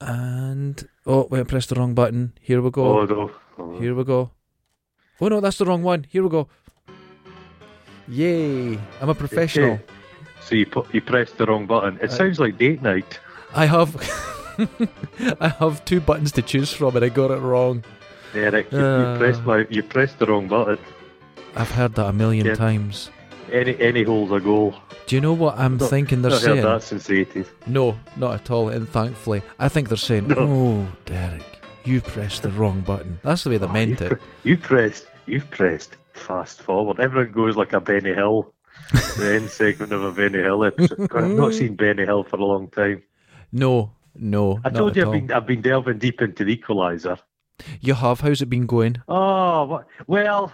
And oh wait, I pressed the wrong button. Here we Oh, go. no. Oh, Here we go. Oh no, that's the wrong one. Here we go. Yay! I'm a professional. Okay. So you, put, you pressed the wrong button. It Uh, sounds like date night. I have I have two buttons to choose from and I got it wrong. Eric, you, Uh. you pressed my, you pressed the wrong button. I've heard that a million Yeah. times. Any any hole's a goal. Do you know what I'm No, thinking they're Not heard saying? that since the eighties. No, not at all, and thankfully. I think they're saying, Oh, Derek, you pressed the wrong button. That's the way they meant you, it. Pre- you pressed you pressed fast forward. Everyone goes like a Benny Hill. the end segment of a Benny Hill episode. God, I've not seen Benny Hill for a long time. No, no. I not told at you I've all. been I've been delving deep into the equalizer. You have. How's it been going? Oh what- well,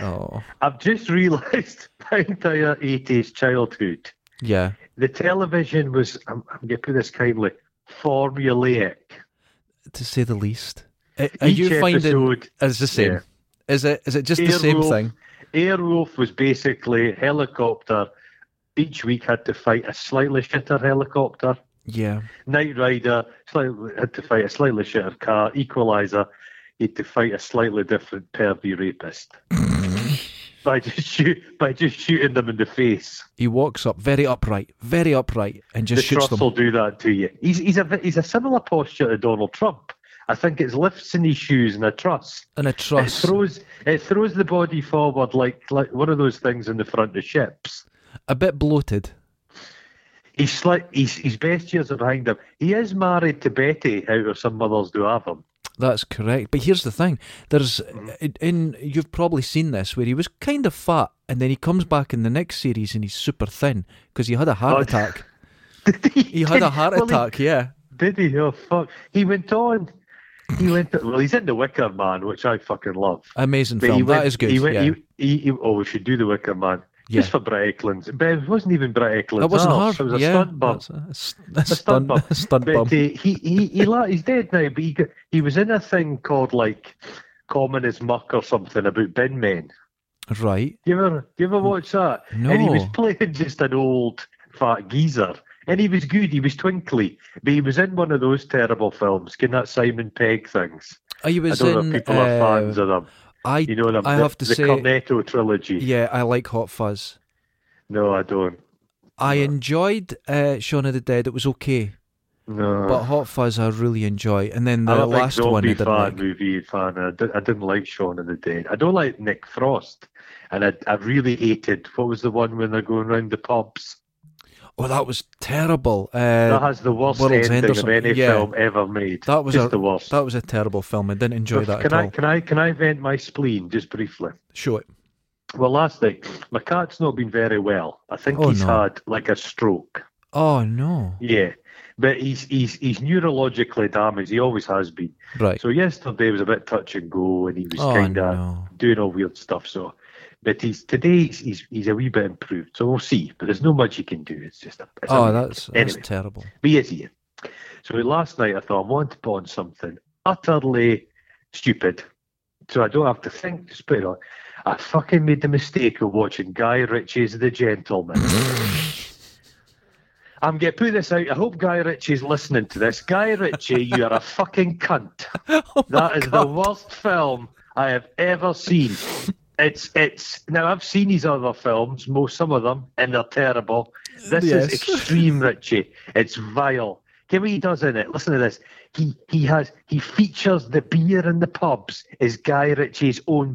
Oh, I've just realised my entire eighties childhood. yeah. The television was I'm, I'm gonna put this kindly, formulaic. To say the least. Are, Uh, are Each you finding episode it's the same? Yeah. Is it? Is it just the same Airwolf. thing? Airwolf was basically helicopter. Each week had to fight a slightly shitter helicopter. Yeah. Night Rider slightly, had to fight a slightly shitter car. Equalizer, you had to fight a slightly different pervy rapist by just shoot, by just shooting them in the face. He walks up very upright, very upright, and just the shoots truss them. will do that to you. He's he's a bit- he's a similar posture to Donald Trump. I think it's lifts in his shoes and a truss. And a It truss. throws it throws the body forward like like one of those things in the front of ships. A bit bloated. He's slight. He's his best years are behind him. He is married to Betty, out of some mothers do have him. That's correct. But here's the thing: there's in- in you've probably seen this where he was kind of fat, and then he comes back in the next series and he's super thin because he had a heart Oh, attack. He had a heart Well, he- attack. Yeah. Did he? Oh fuck! He went on. He went. well, he's in the Wicker Man, which I fucking love. Amazing But he film. went, that is good. He went, yeah. he, he, he, oh, we should do the Wicker Man. Yeah. Just for Brett Eklund's. But it wasn't even Brett Eklund's. that wasn't arse, hard. It was a yeah, stunt bum. that's a s- a a stunt stunt, bum. a stunt But bum. uh, he, he, he, la- he's dead now, but he, got, he was in a thing called like Common as Muck or something about bin men. Right. Do you ever, do you ever watch that? No. And he was playing just an old fat geezer. And he was good, he was twinkly, but he was in one of those terrible films, can that Simon Pegg things. Oh, he I was don't know in. if people uh, are fans of them. I You know what I'm I the, have to the say- Cornetto trilogy. yeah, I like Hot Fuzz. No, I don't. I enjoyed uh, Shaun of the Dead. It was okay, No. but Hot Fuzz I really enjoy. And then the Uh. I'm a big last one I zombie didn't fan, like. movie fan. and I, did, I didn't like Shaun of the Dead. I don't like Nick Frost, and I, I really hated what was the one when they're going round the pubs. Oh, that was terrible. Uh, that has the worst World's End or ending of something, any yeah. film ever made. That was just a- the worst. That was a terrible film. I didn't enjoy that can at I all. can I can I vent my spleen just briefly? Show it. Well, last night my cat's not been very well. I think Oh, he's no. had like a stroke. Oh no! Yeah, but he's he's he's neurologically damaged. He always has been. Right. So yesterday was a bit touch and go, and he was Oh kind of no! doing all weird stuff. So, but he's today he's, he's he's a wee bit improved. So we'll see. But there's no much he can do. It's just a, it's a Oh, week. that's that's anyway. terrible. But he is here. So last night I thought I want to put on something utterly stupid, so I don't have to think. Just put it on. I fucking made the mistake of watching Guy Ritchie's The Gentleman. I'm gonna put this out. I hope Guy Ritchie's listening to this. Guy Ritchie, you are a fucking cunt. Oh, my That is the God. worst film I have ever seen. It's it's now I've seen his other films, most some of them, and they're terrible. This Yes. is extreme Richie. It's vile. Give what he does in it. Listen to this. He he has he features the beer in the pubs is Guy Ritchie's own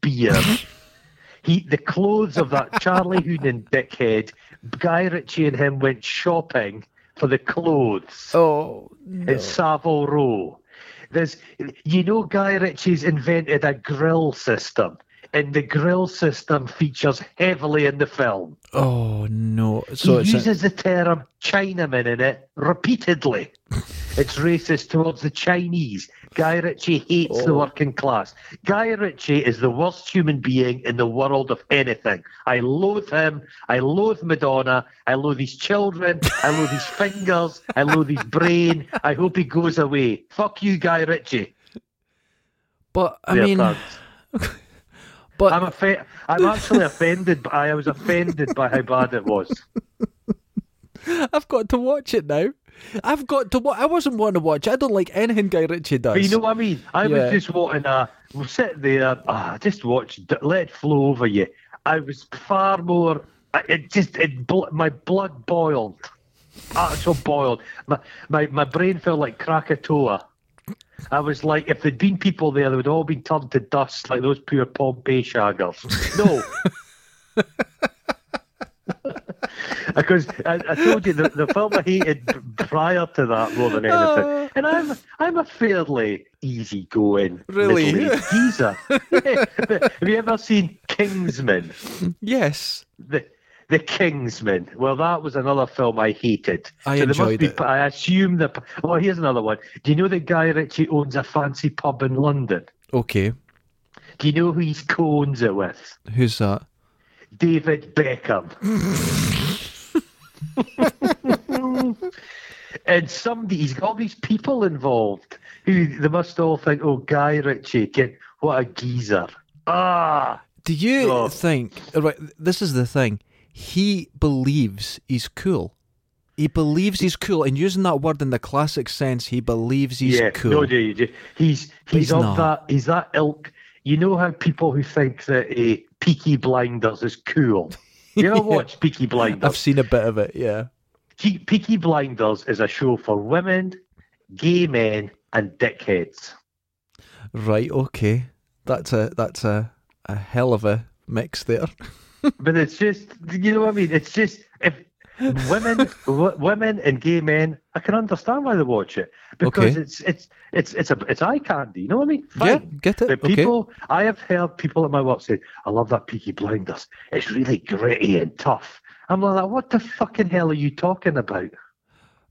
beer. He, the clothes of that Charlie Hoonan dickhead, Guy Ritchie and him went shopping for the clothes. Oh no! It's Savile Row. There's, you know, Guy Ritchie's invented a grill system, and the grill system features heavily in the film. Oh no! So he it's a- uses the term Chinaman in it repeatedly. it's racist towards the Chinese. Guy Ritchie hates the Oh. working class. Guy Ritchie is the worst human being in the world of anything. I loathe him. I loathe Madonna. I loathe his children. I loathe his fingers. I loathe his brain. I hope he goes away. Fuck you, Guy Ritchie. but I There, mean, thanks. but I'm, offe- I'm actually offended. By- I was offended by how bad it was. I've got to watch it now. I've got to. wa- I wasn't wanting to watch. I don't like anything Guy Ritchie does. But you know what I mean? I Yeah. was just uh, wanting a. We'll sit there. Ah, just watch. d- Let it flow over you. I was far more. I- It just. It. bl- My blood boiled. Actual boiled. My, my my brain felt like Krakatoa. I was like, if there'd been people there, they would all been turned to dust, like those poor Pompeii shaggers. No. Because I, I told you the, the film I hated b- prior to that more than anything, and I'm I'm a fairly easygoing Really? middle-aged geezer. Yeah, but Have you ever seen Kingsman? yes. The The Kingsman. Well, that was another film I hated. I there enjoyed be, it. I assume the. Well, here's another one. Do you know that Guy Ritchie owns a fancy pub in London? Okay. Do you know who he's co-owns it with? Who's that? David Beckham. and somebody, he's got all these people involved who they must all think, oh, Guy Ritchie, get, what a geezer. Ah, Do you Oh. think? Right. This is the thing. He believes he's cool. He believes he's cool, and using that word in the classic sense, he believes he's yeah, cool. no, yeah, you do. He's he's he's of not. that he's that ilk. You know how people who think that a Peaky Blinders is cool. You ever Yeah. watch Peaky Blinders? I've seen a bit of it. Yeah. Pe- Peaky Blinders is a show for women, gay men, and dickheads. Right. Okay. That's a that's a a hell of a mix there. But it's just, you know what I mean? It's just if women, w- women and gay men, I can understand why they watch it because Okay. it's it's it's it's a it's eye candy. You know what I mean? Yeah. Fine. Get it. But okay. people, I have heard people at my work say, "I love that Peaky Blinders. It's really gritty and tough." I'm like, "What the fucking hell are you talking about?"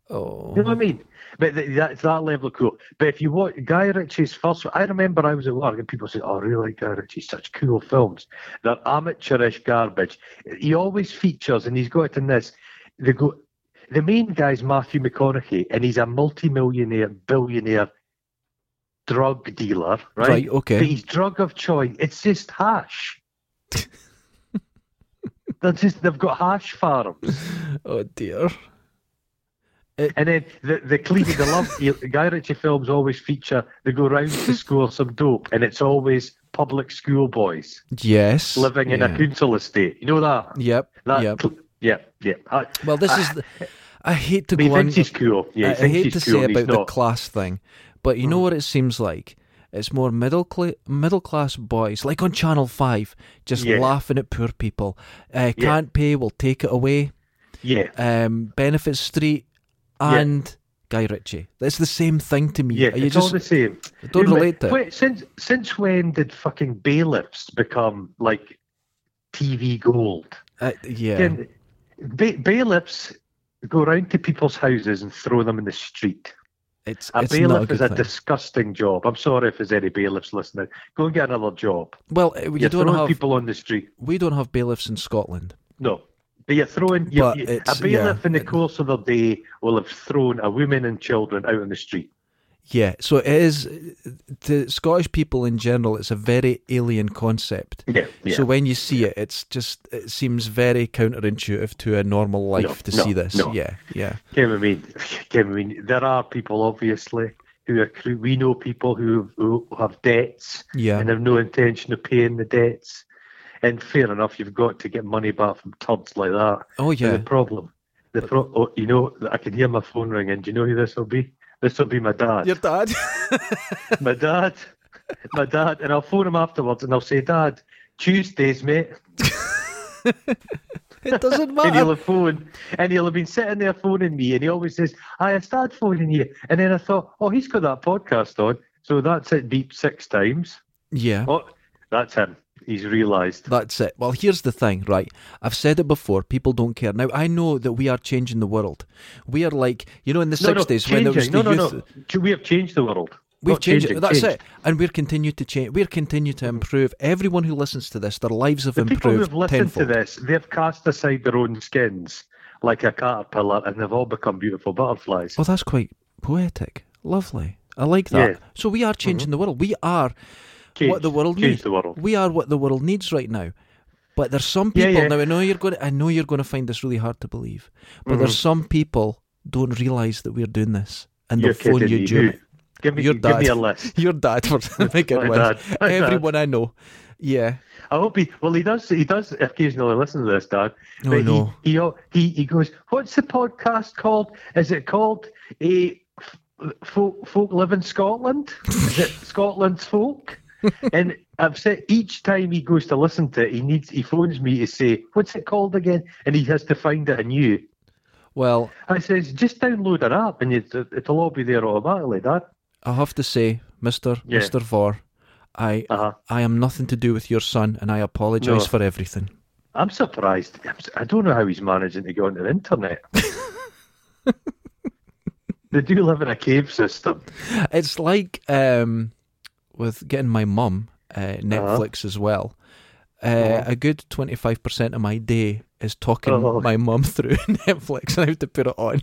You know Oh. what I mean? But th- that's that level of cool. But if you watch Guy Ritchie's first, I remember I was at work and people said, "Oh, I really like Guy Ritchie? Such cool films. They're amateurish garbage." He always features, and he's got it in this. They go, the main guy's Matthew McConaughey, and he's a multi-millionaire, billionaire drug dealer, right? Right. But Okay. his drug of choice, it's just hash. They're just, they've got hash farms. Oh dear. And then the the Cleveland, the love the Guy Ritchie films always feature they go round to score some dope, and it's always public school boys Yes. living in a Yeah. council estate. You know that? Yep. That Yep. yeah, yeah. I, Well, this I- is. The, I hate to Uh, but he go on. thinks he's cool. Yeah, he I, I thinks hate he's to cool. say and he's about the not. Hmm. class thing, but you know what it seems like. It's more middle cla- middle class boys, like on Channel Five, just Yeah. laughing at poor people. Uh, can't pay, we'll take it away. yeah, Um, Benefit Street and Guy Ritchie. That's the same thing to me. yeah. you It's all just the same. I don't Wait, relate to it. Wait, since since when did fucking bailiffs become like TV gold? Uh, yeah. Then ba- bailiffs go round to people's houses and throw them in the street. it's A it's not a bailiff good is a thing. disgusting job. I'm sorry if there's any bailiffs listening. Go and get another job. well, uh, you you're don't throwing have people on the street. we don't have bailiffs in Scotland. No. But you're throwing you But you- a it's- bailiff yeah, in the it- course of the day will have thrown a woman and children out on the street. Yeah, so it is to Scottish people in general. It's a very alien concept. Yeah. yeah. So when you see it, it's just it seems very counterintuitive to a normal life to no, see this. no. Yeah, yeah, Kim, I mean, Kim, I mean, there are people obviously who are cr- we know people who, who have debts Yeah. and have no intention of paying the debts. And fair enough, you've got to get money back from turds like that. Oh, But yeah. the problem, the pro- oh, you know, I can hear my phone ringing. Do you know who this will be? This will be my dad. dad. My dad, my dad, and I'll phone him afterwards, and I'll say, Dad, Tuesdays, mate. it doesn't and he'll matter. have phoned, and he'll have been sitting there phoning me, and he always says, "I started phoning you," and then I thought, "Oh, he's got that podcast on, so that's it." Beep six times. Yeah, Oh, that's him. He's realised. that's it. Well, here's the thing, right? I've said it before. People don't care. Now I know that we are changing the world. We are like you know in the No, no, sixties when there was changing. the no, no, youth. no. Ch- We have changed the world. We've Not changed it. changing, That's changed. Mm-hmm. it. And we're continued to change. We're continued to improve. Everyone who listens to this, their lives have The people who improved have listened tenfold. to this, they've cast aside their own skins like a caterpillar, and they've all become beautiful butterflies. Well, Oh, that's quite poetic. Lovely. I like that. Yeah. So we are changing the world. We are what Changed- the world changed needs. the world. We are what the world needs right now. But there's some Yeah, people yeah. Mm-hmm. now. I know you're going. To, I know you're going to find this really hard to believe. But there's some people don't realise that we're doing this, and You're they'll phone kidding you me. during Who? Give me, Your give me dad. a list. Your dad for making My list. dad. My dad. Everyone I know. Yeah. I hope he. Well, he does. He does occasionally listen to this, Dad. Oh, but no. He, he he he goes. What's the podcast called? Is it called a folk, folk live in Scotland? Is it Scotland's folk? and I've said each time he goes to listen to it, he needs he phones me to say what's it called again, and he has to find it anew. Well, I says just download an app and it, it'll all be there automatically, Dad. I have to say, Mister Yeah. Mister Vore, I Uh huh. I am nothing to do with your son, and I apologise No. for everything. I'm surprised. I'm, s- I don't know how he's managing to go on the internet. they do live in a cave system. It's like um, with getting my mum uh, Netflix as well. Uh, Uh-huh. A good twenty five percent of my day is talking Oh. my mum through Netflix, and I have to put it on.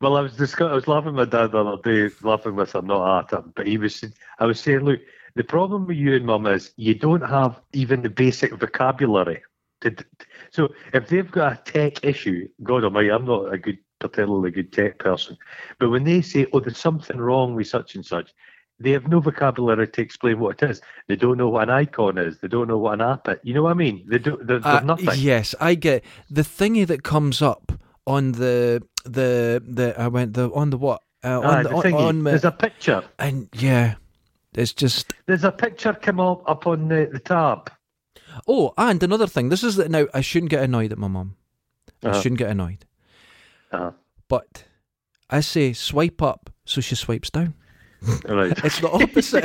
Well, I was discuss- I was laughing with my dad the other day, laughing with him, not at him, but he was. I was saying, look, the problem with you and mum is you don't have even the basic vocabulary. To d- so if they've got a tech issue, God Almighty, I'm not a good, particularly good tech person, but when they say, oh, there's something wrong with such and such, they have no vocabulary to explain what it is. They don't know what an icon is. They don't know what an app is. You know what I mean? They do. They're, they're Uh, nothing. Yes, I get the thingy that comes up on the the the I went the on the what uh, on Ah, the, the on, thingy. on my, There's a picture. and yeah, it's just There's a picture come up up on the, the tab. oh and another thing. This is that now I shouldn't get annoyed at my mum. I Uh-huh. shouldn't get annoyed, Uh, but I say swipe up, so she swipes down. right. It's the opposite.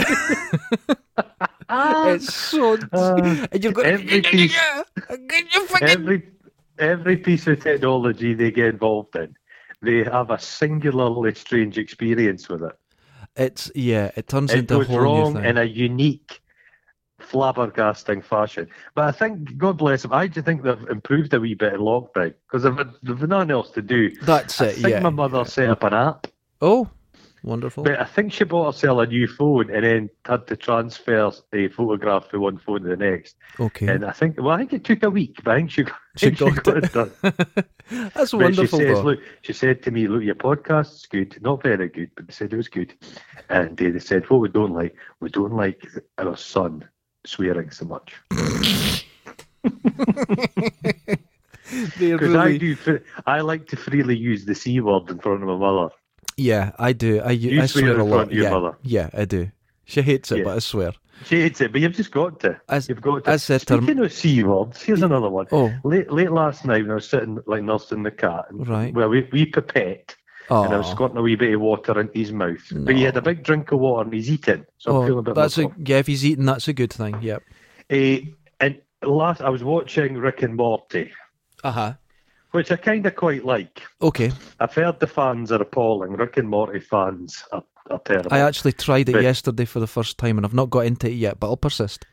Ah, it's so Uh, and you've got every piece- every every piece of technology they get involved in, they have a singularly strange experience with it. it's yeah. It turns It into a goes whole new wrong thing. in a unique, flabbergasting fashion. But I think, God bless them, I do think they've improved a wee bit in lockdown because they've, had- they've nothing else to do. That's I it. think Yeah. my mother set up an app, oh, wonderful. but I think she bought herself a new phone and then had to transfer a photograph from one phone to the next. okay. And I think, well, I think it took a week, but I think she, got- I She think got it. it done. That's But she wonderful. says, though. look, she said to me, look, your podcast's good, not very good, but they said it was good. And they, they said, what we don't like, we don't like our son swearing so much. They Because I really- do, fr- I like to freely use the c word in front of my mother. yeah, I do. I, You I swear swear in a front lot. of your yeah, mother. yeah, I do. She hates it, Yeah. but I swear. She hates it, but you've just got to. As- you've got to. I said to her- Speaking of c words, here's another one. Oh, Late, late last night, when I was sitting like nursing the cat, and, right. well, we we pipette. and I was Oh, squirting a wee bit of water into his mouth. But he had a big drink of water and he's eating, so I'm feeling a bit Oh, that's a miserable. yeah. If he's eating, that's a good thing. Yep. Eh, and last, I was watching Rick and Morty, Uh huh. which I kind of quite like. Okay. I've heard the fans are appalling. Rick and Morty fans are, are terrible. I uh, actually tried it But- yesterday for the first time, and I've not got into it yet, but I'll persist.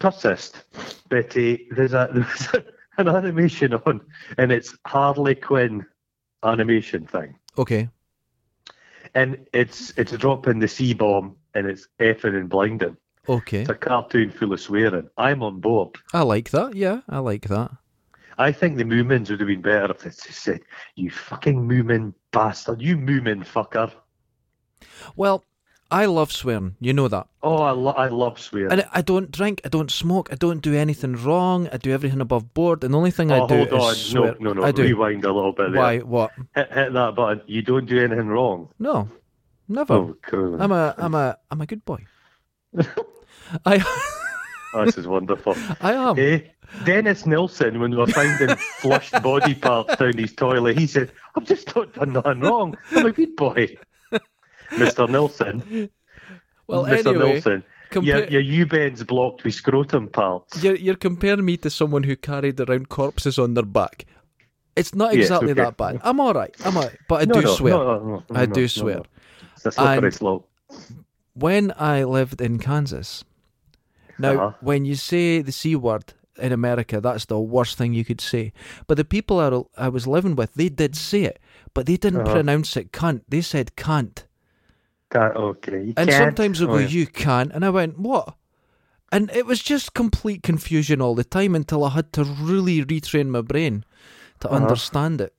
persist. But uh, there's a there's a, an animation on, and it's Harley Quinn animation thing, Okay. and it's it's dropping the C bomb and it's effing and blinding. Okay. It's a cartoon full of swearing. I'm on board. I like that. Yeah, I like that. I think the Moomins would have been better if they just said, "You fucking Moomin bastard, you Moomin fucker." Well, I love swearing. You know that. Oh, I, lo- I love swearing. And I- I don't drink, I don't smoke, I don't do anything wrong, I do everything above board, and the only thing oh, I do hold on, is swear. no, no, no, I do. rewind a little bit there. Why? What? Hit, hit that button. You don't do anything wrong. No, never. Oh, cool. I'm a, I'm a, I'm a good boy. I, Oh, this is wonderful. I am. Eh? Dennis Nelson, when we were finding flushed body parts down his toilet, he said, "I've just not done nothing wrong. I'm a good boy." Mr. Nelson, Well, Mr. anyway, Nelson, your, compare, your U-bend's blocked with scrotum parts. you're, you're comparing me to someone who carried around corpses on their back. It's not Yes, exactly okay. that bad. I'm all right. I'm all right, but I No, do no, swear. no, no, no, no, I no, do no, swear. no. It's a slippery And- slope. When I lived in Kansas, now Uh-huh. when you say the c word in America, that's the worst thing you could say. But the people I, I was living with, they did say it, but they didn't Uh-huh. pronounce it cunt. They said can't. Can't, okay. you And can't- sometimes they'll oh, go, yeah. You can't. And I went, What? And it was just complete confusion all the time until I had to really retrain my brain to Uh-huh. understand it.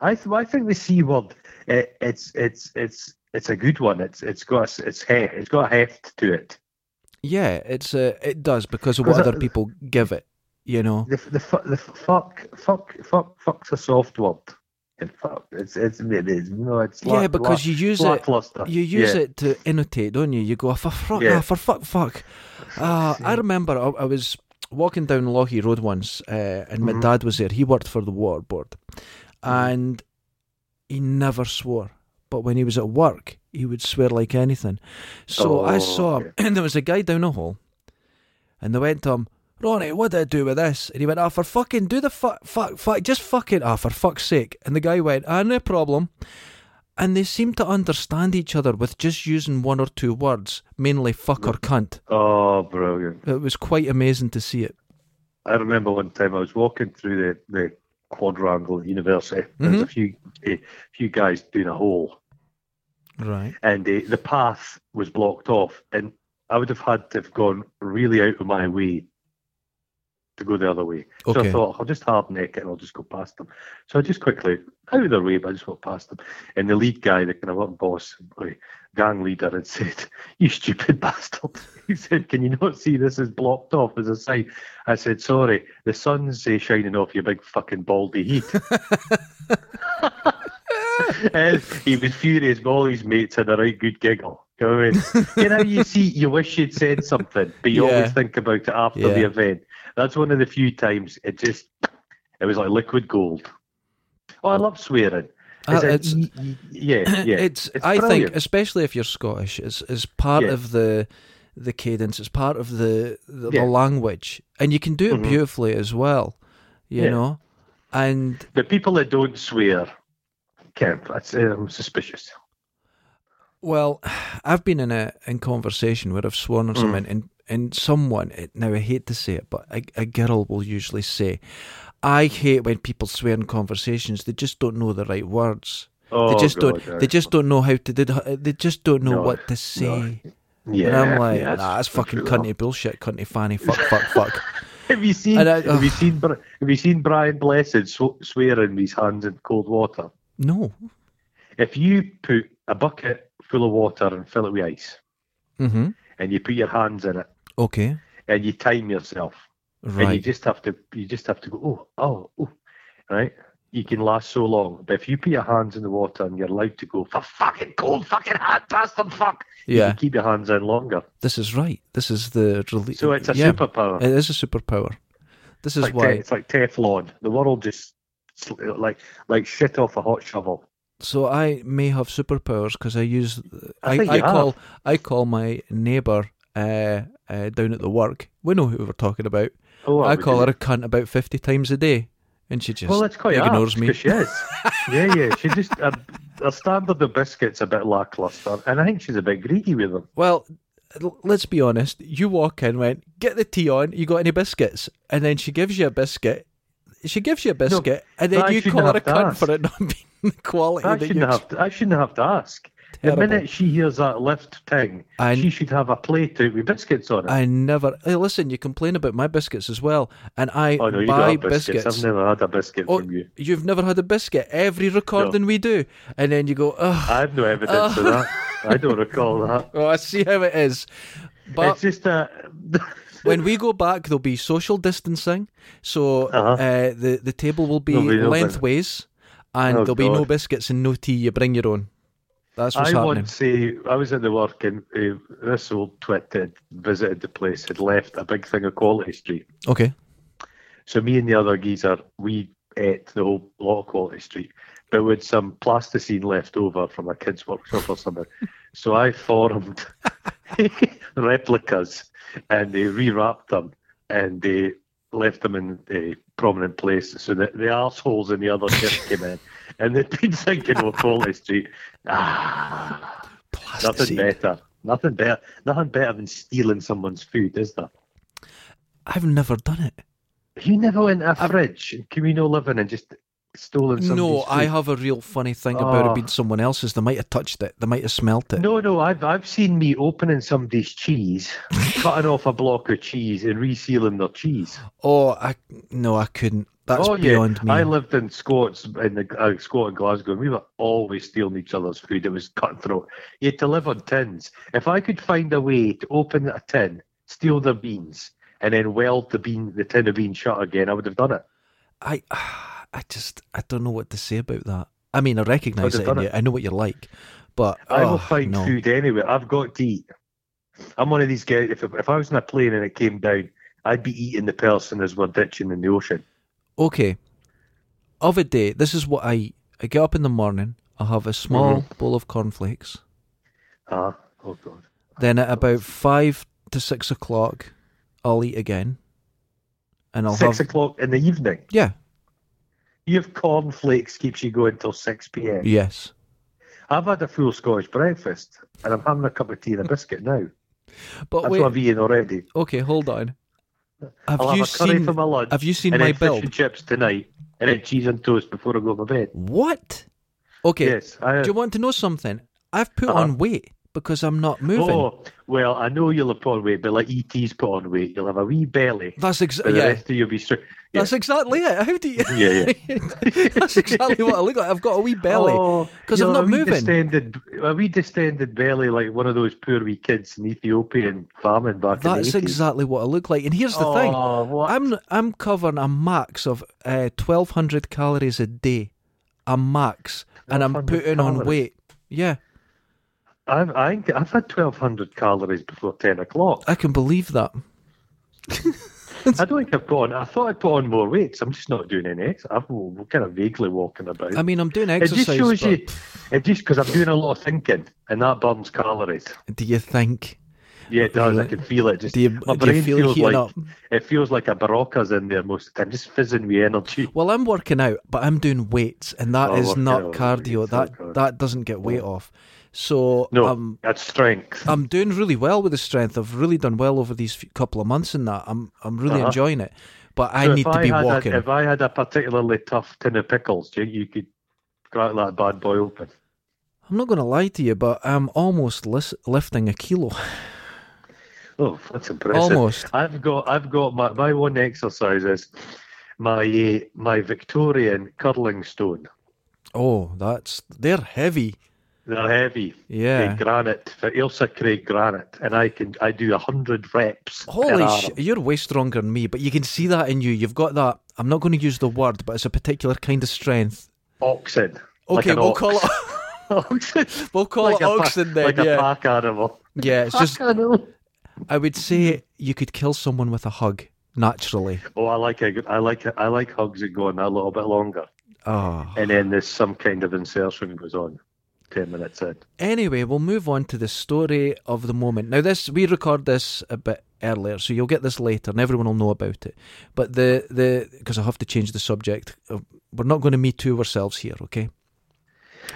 I th- I think the C word. It, it's it's it's it's a good one. It's it's got a s- it's he- it's got a heft to it. Yeah, it's uh, it does because of 'Cause what I- other people give it. You know, The f- the fu- the f- fuck fuck fuck fuck's a soft word. And fuck, it's it's it is no, it's yeah, lack- because you use lack- it. lackluster. You use Yeah. it to annotate, don't you? You go for fuck, Yeah. ah, for fuck, fuck. Uh, I remember I, I was walking down Lochie Road once, uh, and my Mhm. dad was there. He worked for the water board, Mm-hmm. and he never swore. But when he was at work, he would swear like anything. So I Oh, saw him, and there was a guy down the hall, and they went to him, Ronnie, what do I do with this? And he went, ah, for fucking, do the fuck, fuck, fuck, just fuck it, ah, for fuck's sake. And the guy went, ah, no problem. And they seemed to understand each other with just using one or two words, mainly fuck or cunt. Oh, brilliant! It was quite amazing to see it. I remember one time I was walking through the, the quadrangle at university. There was Mm-hmm. a few a few guys doing a hole, Right. and uh, the path was blocked off. And I would have had to have gone really out of my way to go the other way. So Okay. I thought I'll just hard neck it and I'll just go past them. So I just quickly out of their way, but I just walked past them. And the lead guy, the kind of up boss, like, gang leader, had said, "You stupid bastard." He said, "Can you not see this is blocked off as a sign?" I said, "Sorry, the sun's uh, shining off your big fucking baldy heat." and he was furious, but all his mates had a right good giggle. You know, what I mean? you know, you see, you wish you'd said something, but you Yeah. always think about it after the Yeah. event. That's one of the few times it just, it was like liquid gold. Oh, I love swearing. Ah, It's a- it's- y- y- yeah, yeah. it's, I think, brilliant. especially if you're Scottish, it's, it's part Yeah. of the the cadence, it's part of the the, Yeah. the language, and you can do it Mhm. beautifully as well. You Yeah. know, and the people that don't swear, Kemp, that's, uh, I'm suspicious. Well, I've been in a in conversation where I've sworn Mm. or something, and and someone now I hate to say it, but a, a girl will usually say, "I hate when people swear in conversations. They just don't know the right words. Oh, they just God, don't. no. They just don't know how to. They, they just don't know No, what to say." Yeah, and I'm like, yeah, nah, that's fucking really cunty bullshit, cunty fanny, fuck, fuck, fuck. Have you seen? And I- have you seen? Bri- Have you seen Brian Blessed sw- swearing with his hands in cold water? No. If you put a bucket full of water and fill it with ice, Mm-hmm. and you put your hands in it, Okay. and you time yourself, and you Right. just have to, you just have to go, oh, oh, oh, right. You can last so long, but if you put your hands in the water and you're allowed to go for fucking cold fucking hand, bastard, fuck, you Yeah. can keep your hands in longer. This is right. This is the release. So it's a yeah, superpower. It is a superpower. This is like why. te- it's like Teflon. The world just sl- like like shit off a hot shovel. So I may have superpowers because I use. I, I think I, you have. call I call my neighbour uh, uh, down at the work. We know who we're talking about. Oh, I would call do her a cunt about fifty times a day, and she just Well, that's quite ignores apt, me. 'cause She is. yeah, yeah. She just her, her standard of biscuits a bit lackluster, and I think she's a bit greedy with them. Well, l- let's be honest. You walk in, went get the tea on. You got any biscuits? And then she gives you a biscuit. She gives you a biscuit, and I then you shouldn't call her a have to cunt ask. for it not being the quality I that shouldn't you. have. To, I shouldn't have to ask. Terrible. The minute she hears that lift thing, And- she should have a plate out with biscuits on it. I never. Hey, listen, you complain about my biscuits as well, and I oh no, you buy don't have biscuits. biscuits. I've never had a biscuit Oh, from you. you've never had a biscuit every recording we do, and then you go, oh, I have no evidence of that. I don't recall that. oh I see how it is. It's But just a. when we go back, there'll be social distancing, so uh Uh-huh. the the table will be There'll be no bis- lengthways, and Oh, there'll be no God. biscuits and no tea. You bring your own. That's what's I happening. once uh, I was at the work and uh, this old twit had visited the place, had left a big thing of quality street. Okay. So me and the other geezer, we ate the whole lot of Quality Street, but with some plasticine left over from a kid's workshop or something. So I formed replicas and they rewrapped them and they left them in a prominent place so that the arseholes in the other shift came in and they'd been thinking of Quality Street. Ah, nothing Plasticine. better. Nothing better. Nothing better than stealing someone's food, is there? I've never done it. You never went in a fridge in communal living and just stolen somebody's No, I food. have a real funny thing about it Oh. being someone else's. They might have touched it. They might have smelt it. No, no, I've I've seen me opening somebody's cheese, cutting off a block of cheese and resealing their cheese. Oh, I no, I couldn't. That's oh beyond yeah, I me. lived in Scots in the uh, Scot in Glasgow. and We were always stealing each other's food. It was cutthroat. You had to live on tins. If I could find a way to open a tin, steal the beans, and then weld the bean the tin of beans shut again, I would have done it. I, I, just, I don't know what to say about that. I mean, I recognise I'd have it in done you. I know what you're like, but I oh, will find no. food anyway. I've got to eat. I'm one of these guys. If if I was in a plane and it came down, I'd be eating the person as we're ditching in the ocean. Okay, of a day, this is what I eat. I get up in the morning. I have a small Mm-hmm. bowl of cornflakes. Ah, oh god. Then at about five to six o'clock, I'll eat again, and I'll six have o'clock in the evening. yeah, You have cornflakes keeps you going till six p.m. yes. I've had a full Scottish breakfast and I'm having a cup of tea and a biscuit now. But That's wait, what I've eaten already. okay, hold on. Have I'll you have a curry seen? for my lunch. have you seen and my then build? fish and chips tonight and then cheese and toast before I go to bed. What? Okay. Yes, I Do you want to know something? I've put Uh-huh. on weight because I'm not moving. Oh well, I know you'll have put on weight, but like ET's put on weight, you'll have a wee belly. That's But exactly the yeah. rest of you'll be straight. Yeah. That's exactly it. How do you? Yeah, That's exactly what I look like. I've got a wee belly. Oh, 'Cause I'm you'll have not a wee moving. Distended, a wee distended belly like one of those poor wee kids in Ethiopian famine back in That's the 80s. exactly what I look like. And here's the oh, thing: What? I'm I'm covering a max of uh, 1,200 calories a day, a max, and I'm 1,200 putting on calories? weight. Yeah, I've, I, think I've had 1,200 calories before 10 o'clock. I can believe that. I don't think I've put on, I thought I'd put on more weight, so I'm just not doing any ex- I'm kind of vaguely walking about. I mean, I'm doing it exercise. just shows but you, it just because I'm doing a lot of thinking and that burns calories. Do you think? Yeah, it does. I Right. can feel it. Just Do you, my do you brain feel feels heating like up? it feels like a barocca's in there most of the time, just fizzing with energy. Well, I'm working out, but I'm doing weights, and that Oh, is working not out, cardio. weights, That oh, God. that doesn't get weight off. So No, um, that's strength. I'm doing really well with the strength. I've really done well over these few, couple of months in that. I'm I'm really Uh-huh. enjoying it, but I So need if to be had a- walking. if I had a particularly tough tin of pickles, you, you could crack that bad boy open. I'm not going to lie to you, but I'm almost lis- lifting a kilo. Oh, that's impressive. almost. I've got I've got my, my one exercise is my uh, my Victorian curling stone. Oh, that's they're heavy. They're heavy. Yeah. They're granite for Ilsa Craig granite, and I can I do hundred reps. per Holy arm. sh! You're way stronger than me, but you can see that in you. You've got that. I'm not going to use the word, but it's a particular kind of strength. Oxen. like Okay, an we'll ox. call it. oxen. We'll call like it a pack- oxen then. like yeah. a pack animal. Yeah, it's just Pack animal. I would say you could kill someone with a hug naturally. Oh, I like a good- I like a- I like hugs that go on a little bit longer, Oh. and then there's some kind of insertion goes on. Ten minutes in. Anyway, we'll move on to the story of the moment. Now this we record this a bit earlier, so you'll get this later and everyone will know about it. But the the because I have to change the subject. uh, We're not going to me too ourselves here, okay?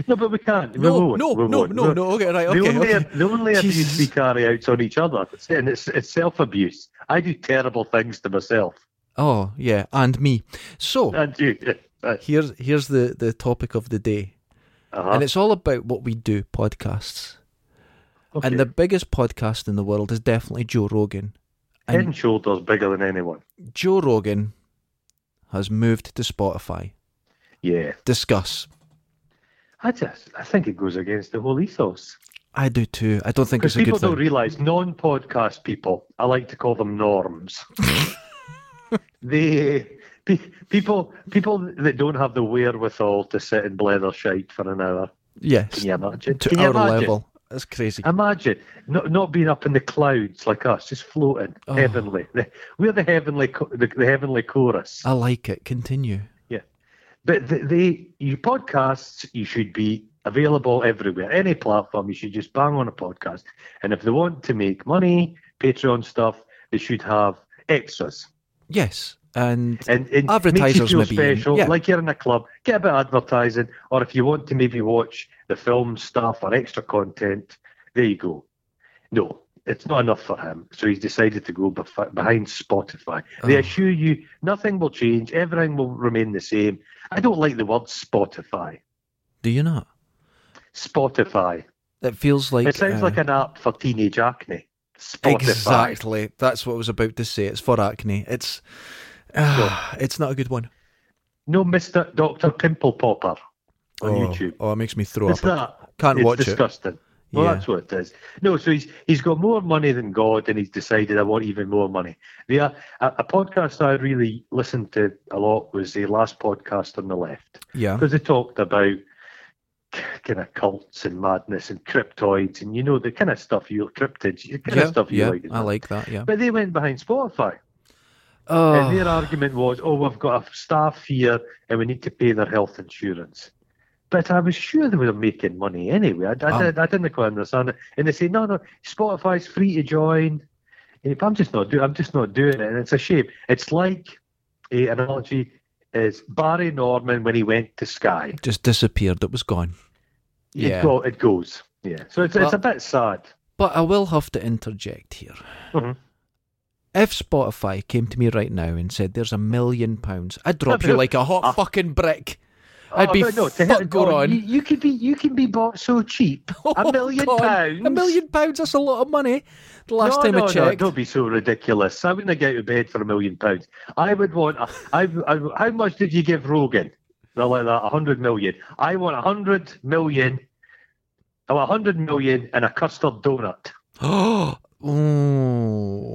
No, but we can't. We no, won't. no, we no, won't. no, no. Okay, right. the Okay. only, okay. the only abuse Jesus. we carry out's on each other, and it's, it's self abuse. I do terrible things to myself. Oh yeah, and me. So And you, uh, here's here's the the topic of the day, uh-huh. and it's all about what we do podcasts. okay. And the biggest podcast in the world is definitely Joe Rogan. head and shoulders bigger than anyone. Joe Rogan has moved to Spotify. Yeah, Discuss. I just I think it goes against the whole ethos. I do too. I don't think Because it's a people good don't thing. realise non-podcast people. I like to call them norms. they pe- people people that don't have the wherewithal to sit and blether shite for an hour. yes, Can you imagine? to Can you our imagine? level, that's crazy. Imagine not not being up in the clouds like us, just floating Oh. heavenly. The- We're the heavenly cho- the, the heavenly chorus. I like it. Continue. But th they your podcasts, you should be available everywhere, any platform. You should just bang on a podcast, and if they want to make money, Patreon stuff, they should have extras Yes, and and, and Advertisers makes you feel maybe, special, yeah. like you're in a club. Get a bit of advertising, or if you want to maybe watch the film stuff or extra content, there you go. No, it's not enough for him, so he's decided to go bef- behind Spotify. They Oh. assure you nothing will change, everything will remain the same. I don't like the word Spotify. Do you not? Spotify. It feels like it sounds uh, like an app for teenage acne. Spotify. Exactly. That's what I was about to say. It's for acne. It's ah, it's not a good one. No, Mister Doctor Pimple Popper on oh, YouTube. Oh, it makes me throw It's up. that. Can't it's watch it. disgusting. Well, Yeah. that's what it is. No, so he's he's got more money than God, and he's decided I want even more money. The uh, a, a podcast I really listened to a lot was the last podcast on the left Yeah. because they talked about kind of cults and madness and cryptoids and you know the kind of stuff you cryptids, the kind yeah. of stuff you yeah. like. I like that. Yeah. But they went behind Spotify. And their Oh, argument was, oh, we've got a staff here and we need to pay their health insurance. But I was sure they were making money anyway. I, I, Um. didn't- I didn't quite understand it. And they say, no, no, Spotify's free to join. And if I'm just not doing, I'm just not doing it, and it's a shame. It's like a an analogy is Barry Norman when he went to Sky. just disappeared. It was gone. Yeah. It, go, it goes. Yeah. So it's, it's Well- a bit sad. But I will have to interject here. Mhm. If Spotify came to me right now and said, "There's a million pounds," I'd drop you but- like a hot Ah. Oh, fucking brick. I'd be to fuck hit- going on. You, you could be you can be bought so cheap. Oh, a million God. pounds. A million pounds. That's a lot of money. The last no, time no, I checked. No, don't be so ridiculous. I wouldn't get out of bed for a million pounds. I would want. A, I, I, how much did you give Rogan? They're like that. A hundred million. I want a hundred million. Oh, a hundred million and a custard donut.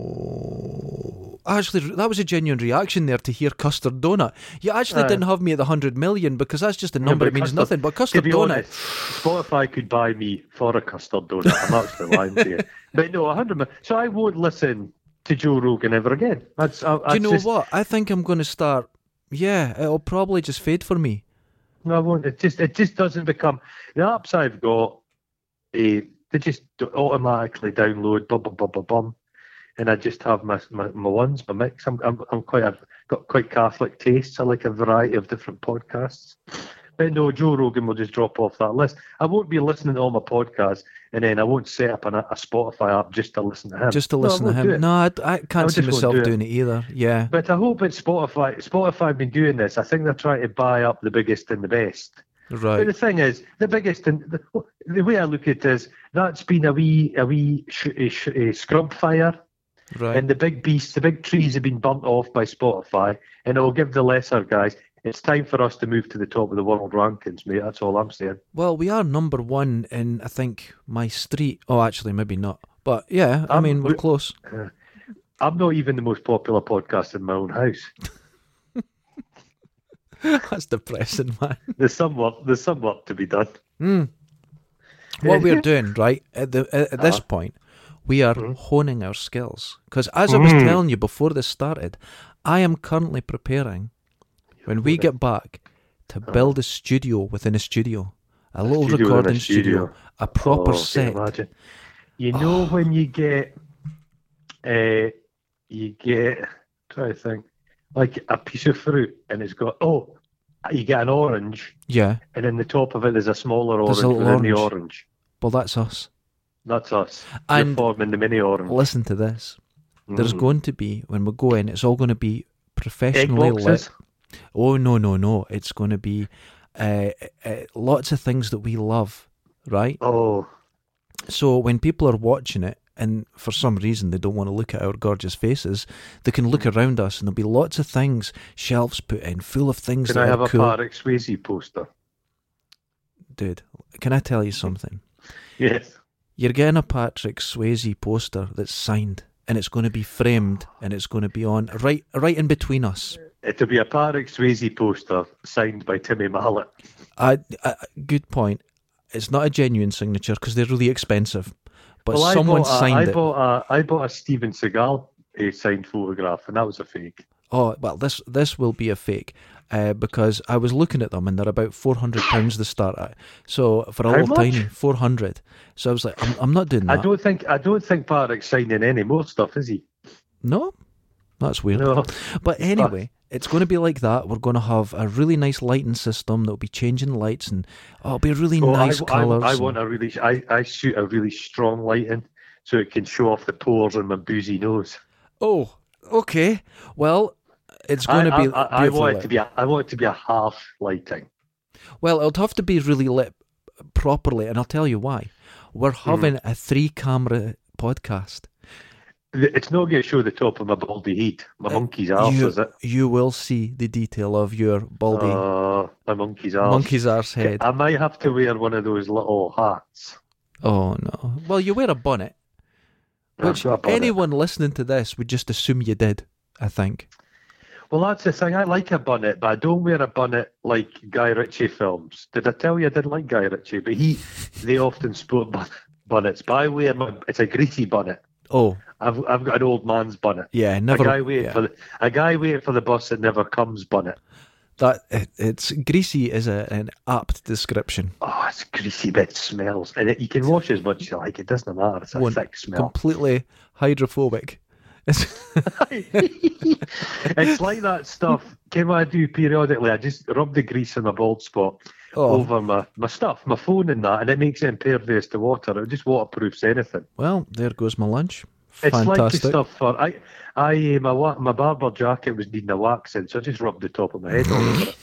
oh. Actually, that was a genuine reaction there to hear custard donut. You actually Uh. didn't have me at the 100 million because that's just a Yeah, number. but it means custard- nothing. But To custard be donut. honest, Spotify could buy me for a custard donut. I'm actually lying to you. But no, a hundred million. So I won't listen to Joe Rogan ever again. That's. I, Do you know just, what? I think I'm going to start. Yeah, it'll probably just fade for me. No, I won't. It just it just doesn't become the apps I've got. eh, they just do- automatically download bum bum bum bum bum, and I just have my my, my ones, my mix. I'm I'm, I'm quite I've got quite Catholic tastes. I like a variety of different podcasts. But no, Joe Rogan will just drop off that list. I won't be listening to all my podcasts, and then I won't set up an, a Spotify app just to listen to him. Just to No, I listen to won't do him. it. No, I, I can't see just myself won't do it. doing it either. Yeah. But I hope it's Spotify. Spotify have been doing this. I think they're trying to buy up the biggest and the best. But Right. the thing is, the biggest and the, the way I look at it is that's been a wee a wee sh- a sh- a scrub fire, Right. and the big beasts, the big trees have been burnt off by Spotify, and it will give the lesser guys. It's time for us to move to the top of the world rankings, mate. That's all I'm saying. Well, we are number one in, I think, my street. Oh, actually, maybe not. But yeah, I Um, mean, we're we- close. I'm not even the most popular podcast in my own house. That's depressing, man. There's some work. There's some work to be done. Mm. What we're doing, right, at, the, at, at this Uh-huh. point, we are Mm-hmm. honing our skills. Because as I was Mhm. telling you before this started, I am currently preparing, when we get back, to build a studio within a studio. A, little Uh-huh. studio within a recording studio. studio. A proper Oh, can you set. Imagine. You Oh. know when you get, uh, you get. Try to think, like a piece of fruit, and it's got oh, you get an orange, Yeah. and in the top of it there's a smaller orange There's a within little the orange. orange. Well, that's us. That's us. And- You're forming the mini orange. Listen to this. There's Mm. going to be, when we go in, it's all going to be egg professionally lit. boxes. Oh no, no, no! It's going to be uh, uh, lots of things that we love, right? Oh, So when people are watching it, and for some reason they don't want to look at our gorgeous faces, they can Hmm. look around us, and there'll be lots of things, shelves put in, full of things can that I have are a cool. Patrick Swayze poster? Dude, can I tell you Hmm. something? Yes. You're getting a Patrick Swayze poster that's signed, and it's going to be framed, and it's going to be on right, right in between us. It'll be a Patrick Swayze poster signed by Timmy Mallet. I, I good point. It's not a genuine signature because they're really expensive, but well, someone I bought a- signed I it. Bought a, I bought a Steven Seagal eh, signed photograph, and that was a fake. Oh well, this this will be a fake uh, because I was looking at them and they're about four hundred pounds to start at. So for a How little much? tiny four hundred, so I was like, I'm, I'm not doing that. I don't think I don't think Parek's signing any more stuff, is he? No, that's weird. No. But anyway, it's going to be like that. We're going to have a really nice lighting system that'll be changing lights and oh, it'll be really Oh, I- nice I, colours. I, and- want a really I, I shoot a really strong lighting. so it can show off the pores on my boozy nose. Oh, okay. Well, it's going to I, be. I, I, I beautiful want it lit. to be. A, I want it to be a half lighting. Well, it'll have to be really lit properly, and I'll tell you why. We're Hmm. having a three-camera podcast. It's not going to show the top of my baldy head. My monkey's arse Uh, you, is it? you will see the detail of your baldy Uh, my monkey's arse. monkey's arse head. I might have to wear one of those little hats. Oh no. Well, you wear a bonnet, I've which got a bonnet. anyone listening to this would just assume you did. I think. Well, that's the thing. I like a bonnet, but I don't wear a bonnet like Guy Ritchie films. Did I tell you I didn't like Guy Ritchie? But he, they often sport bun- bonnets. But I wear my. It's a greasy bonnet. Oh I've I've got an old man's bonnet. yeah, a guy never. waiting yeah. for the, a guy waiting for the bus that never comes bonnet. That it, it's greasy is a, an apt description. Oh, it's greasy, but it smells, and it, you can wash as much as you like. It doesn't matter. It's a One thick smell. Completely hydrophobic. it's like that stuff. Can I do periodically? I just rub the grease in my bald spot Oh. over my, my stuff, my phone and that, and it makes it impervious to water. It just waterproofs anything. well, there goes my lunch. It's like the Fantastic. stuff for I, I uh, my wa- my barber jacket was needing a wax in, so I just rubbed the top of my head all over it.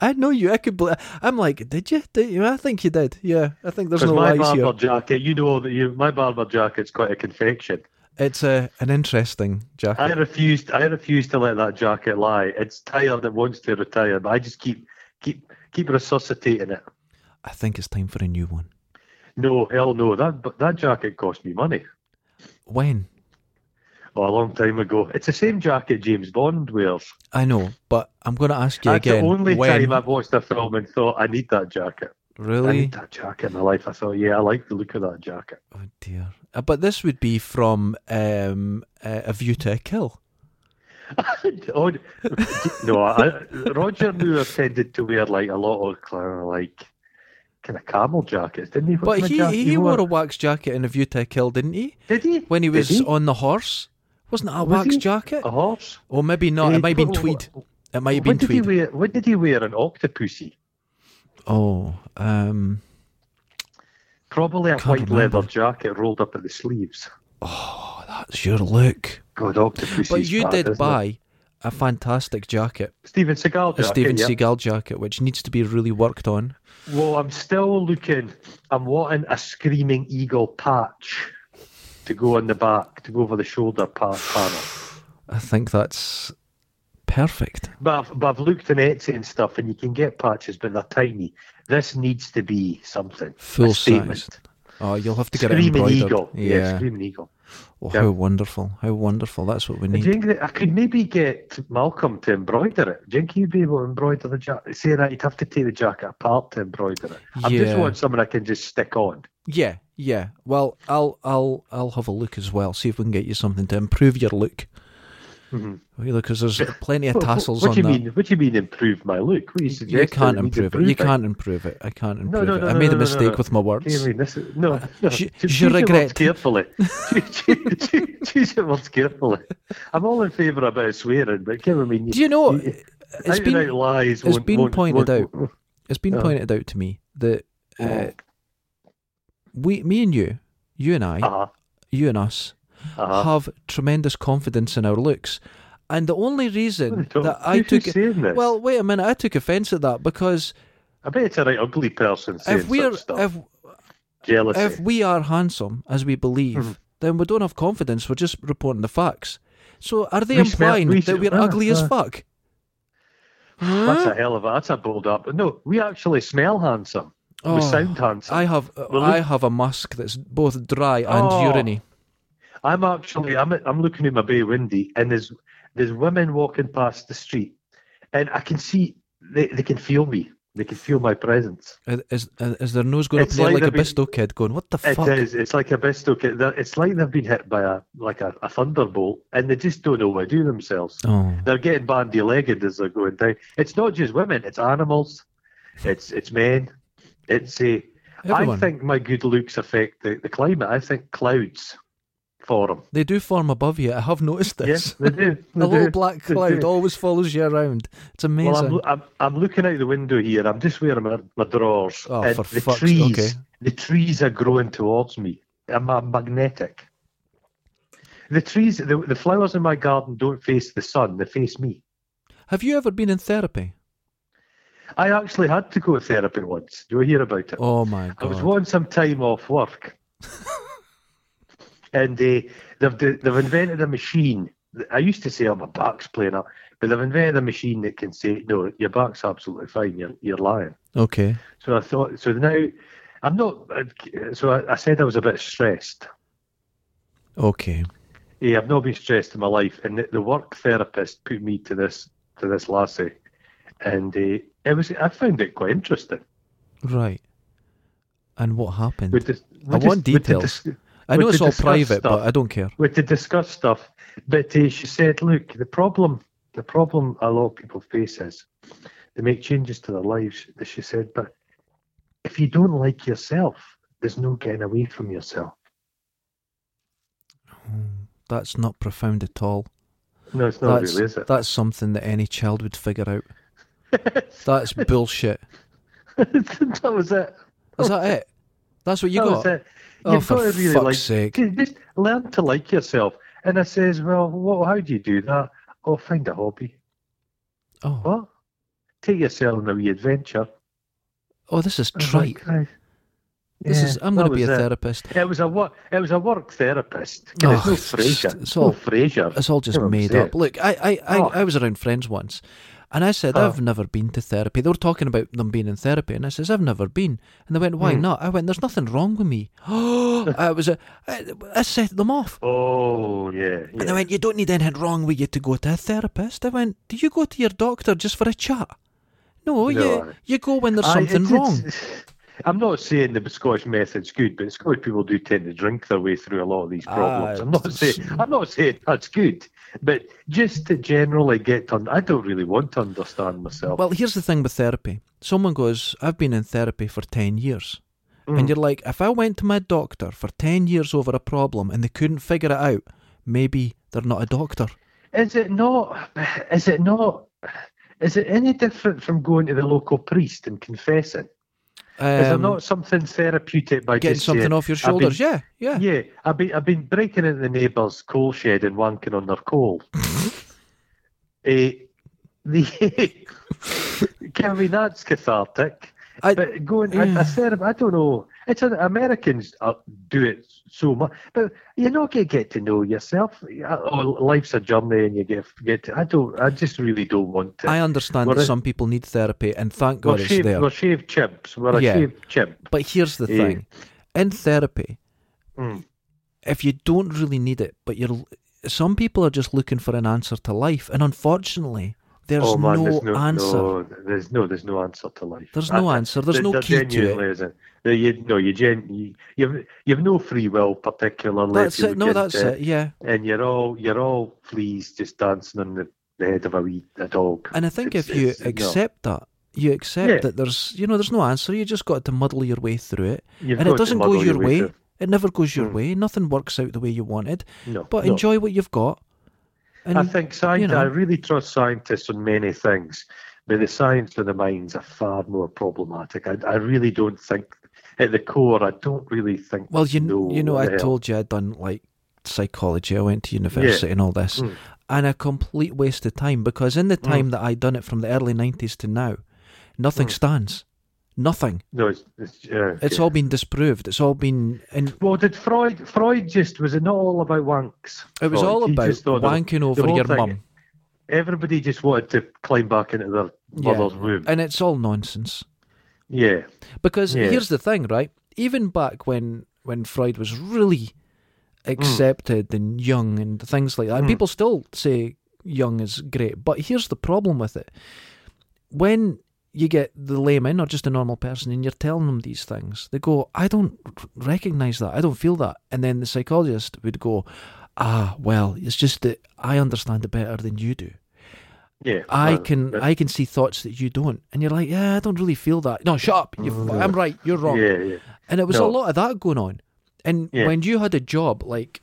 I know you. I could. Bl- I'm like, did you? Did you? I think you did. Yeah, I think there's Because no my lies barber here. jacket, you know that you my barber jacket's quite a confection. It's a an interesting jacket. I refused. I refuse to let that jacket lie. It's tired. It wants to retire, but I just keep keep keep resuscitating it. I think it's time for a new one. No, hell no. That that jacket cost me money. When? Oh, a long time ago. It's the same jacket James Bond wears. I know, but I'm going to ask you That's again. the only when? time I've watched a film and thought I need that jacket. I Really? need that jacket in my life. I thought, yeah, I like the look of that jacket. Oh dear. Uh, but this would be from um, uh, A View to a Kill. Oh, no, I, Roger Moore tended to wear like a lot of kind of like kind of camel jackets, didn't he? What But kind of he, jacket he, wore a wax jacket in A View to a Kill, didn't he? did he When he Did was on the horse. Wasn't it a Was wax he? Oh. jacket? a horse? Or maybe not. Eh, It might have been wh- wh- tweed. It might have been What did he tweed. wear? What did he wear? An octopusy? Oh, um, Probably a Can't white remember. leather jacket rolled up at the sleeves. oh, that's your look. God, octopus. But you did buy a fantastic jacket, Steven Seagal a jacket. Steven yeah. Seagal jacket, which needs to be really worked on. Well, I'm still looking. I'm wanting a screaming eagle patch to go on the back, to go over the shoulder part panel. I think that's perfect. But I've, but I've looked on Etsy and stuff, and you can get patches, but they're tiny. This needs to be something. a Full statement. size. Oh, you'll have to get it Screaming embroidered. eagle. Yeah. screaming eagle. Oh, yeah. how wonderful! How wonderful! That's what we Do need. you think that I could maybe get Malcolm to embroider it? Do you think he'd be able to embroider the jacket? Say that he'd have to take the jacket apart to embroider it. I just Yeah. want something I can just stick on. Yeah, yeah. Well, I'll, I'll, I'll have a look as well. See if we can get you something to improve your look. Oh, Mhm. Because there's plenty of What- what- tassels what, on do you that. mean? What do you mean improve my look? What are you suggesting? You can't I need to improve it. You improve can't improve it. I can't No, improve no, it. no, I no, made no, a no, mistake no. with my Okay, I words. mean, this is, no, no. Uh, je- Choose je your words regrette. carefully. Choose- choose- choose your words carefully. I'm all in favour about swearing, but give me. Do you know? It's out and out been lies it's won't- been won't- pointed won't- it's been Yeah. pointed out to me that Uh-huh. uh, Oh, we, me and you, you and I, Uh-huh, you and us, uh-huh. have tremendous confidence in our looks. And the only reason Don't- that I who's took saying this? well, wait a minute, I took offence at that because I bet it's a right ugly person saying if we're such stuff. if Jealousy. if we are handsome as we believe, Mm-hmm. then we don't have confidence. We're just reporting the facts. So are they We smell- implying we that smell- we're uh, ugly as uh. fuck? that's Huh? a hell of a that's a bold up. No, we actually smell handsome. Oh, we sound handsome. I have Well, I have a mask that's both dry and Oh. uriny. I'm actually I'm I'm looking at my bay windy and there's there's women walking past the street and I can see they, they can feel me. They can feel my presence. Is, is, is their nose going up It's there like like a they've been- Bisto kid going, what the It is. fuck? It's like a best okay. It's like they've been hit by a like a, a thunderbolt and they just don't know what to do themselves. Oh. They're getting bandy legged as they're going down. It's not just women, it's animals, it's it's men. It's a I Everyone. think my good looks affect the, the climate. I think clouds form. They do form above you. I have noticed this. Yes, they do. A little do. black They cloud do. always follows you around. It's amazing. Well, I'm, loo- I'm, I'm looking out the window here. I'm just wearing my, my drawers. Oh, and for the fuck's- trees, okay. the trees are growing towards me. I'm a magnetic. The trees, the, the flowers in my garden don't face the sun, they face me. Have you ever been in therapy? I actually had to go to therapy once. Do you hear about it? Oh my god. I was wanting some time off work. and uh, they've, they've invented a machine. I used to say, oh, my back's playing up, but they've invented a machine that can say, no, your back's absolutely fine, you're, you're lying. Okay. So I thought, so now I'm not, so I, I said I was a bit stressed. Okay. Yeah, I've not been stressed in my life, and the, the work therapist put me to this to this lassie, and uh, it was I found it quite interesting. Right. And what happened? We dis- we I want dis- we details. dis- I we know it's all discussed private, stuff. but I don't care. we had to discuss stuff, but uh, she said, "Look, the problem, the problem a lot of people face is they make changes to their lives." She said, "But if you don't like yourself, there's no getting away from yourself." That's not profound at all. No, it's not that's, Oh, really, is it? that's something that any child would figure out. That's bullshit. that was it. Is that it? That's what you that got? was it. Oh, You've for got to really fuck's like. sake. ju- Just learn to like yourself. And I says, "Well, what? How do you do that? Oh, find a hobby. Oh. What? Take yourself on a wee adventure." oh, this is I was trite. like, "Aye." This Yeah, is. I'm that going to be was a it. therapist. It was a work. It was a work therapist. Oh, it's no it's just- Fraser. it's It's all- no Fraser. It's all just You know what I'm made saying? up. Look, I, I, I, Oh. I was around friends once, and I said Oh. I've never been to therapy. They were talking about them being in therapy, and I says I've never been, and they went, Hmm. "Why not?" I went, "There's nothing wrong with me." Oh, I was a, I, I set them off, Oh yeah. and they yeah. went, "You don't need anything wrong with you to go to a therapist." I went, "Do you go to your doctor just for a chat?" No, you No. you go when there's Aye, something it's- wrong. it's- I'm not saying the Scottish method's good, but Scottish people do tend to drink their way through a lot of these problems. Ah, I'm not it's- saying I'm not saying that's good, but just to generally get on, I don't really want to understand myself. Well, here's the thing with therapy. Someone goes, I've been in therapy for 10 years. Hmm. And you're like, if I went to my doctor for 10 years over a problem and they couldn't figure it out, maybe they're not a doctor. Is it not? Is it not? Is it any different from going to the local priest and confessing? Is there Um, not something therapeutic by getting just something saying, off your "I've been shoulders. yeah, yeah. Yeah, I've been I've been breaking into the neighbour's coal shed and wanking on their coal. Eh, the I mean that's cathartic. I- but going, yeah. I, I said, I don't know. It's an, Americans uh, do it so much, but you're not gonna get to know yourself. Uh, Oh, life's a journey, and you get get. To, I don't. I just really don't want to. I understand We're that in- some people need therapy and thank we're, God it's shaved, there. we're shaved chimps. We're Yeah. a shaved chimp. But here's the Yeah. thing in therapy, Mm. if you don't really need it, but you're. Some people are just looking for an answer to life, and unfortunately, there's, oh no, man, there's no answer. No, there's no, there's no answer to life. There's no I- answer. There's There- no there key to it. genuinely isn't. There you, no, you, gen, you you've you've no free will particularly. if That's you it. look No, that's into it. Yeah. And you're all you're all fleas just dancing on the, the head of a wee a dog. And I think It's- if you it's- no. accept that, you accept Yeah. that there's you know there's no answer. You just got to muddle your way through it, You've and it got to doesn't go muddle your way. through- It never goes your Mm. way. Nothing works out the way you wanted. No, But no. enjoy what you've got. And I think science. you know. I really trust scientists on many things, but the science of the mind's are far more problematic. I, I really don't think at the core. I don't really think. well, you know you know what I the hell. told you I'd done like psychology. I went to university and all this, Mm. and a complete waste of time because in the Hmm. time that I'd done it from the early '90s to now, Hmm. nothing stands. Nothing. No, it's it's, uh, It's all been disproved. It's all been in, Well, did Freud? Freud just was it not all about wanks? It was Freud? all He about just thought the- wanking the over whole your thing- mum. Everybody just wanted to climb back into their Yeah. mother's womb. And it's all nonsense. yeah, Because Yeah. here's the thing, right? Even back when when Freud was really Hmm. accepted and young and things like that, and people still say young is great. But here's the problem with it: when you get the layman or just a normal person and you're telling them these things, they go, "I don't recognize that. I don't feel that." And then the psychologist would go, "Ah, well, it's just that I understand it better than you do." yeah. I Uh, can uh, I can see thoughts that you don't, and you're like, yeah, I don't really feel that. No, shut up. You, f- I'm right. You're wrong. Mm-hmm. Yeah, yeah. And it was a No. lot of that going on. And Yeah. when you had a job like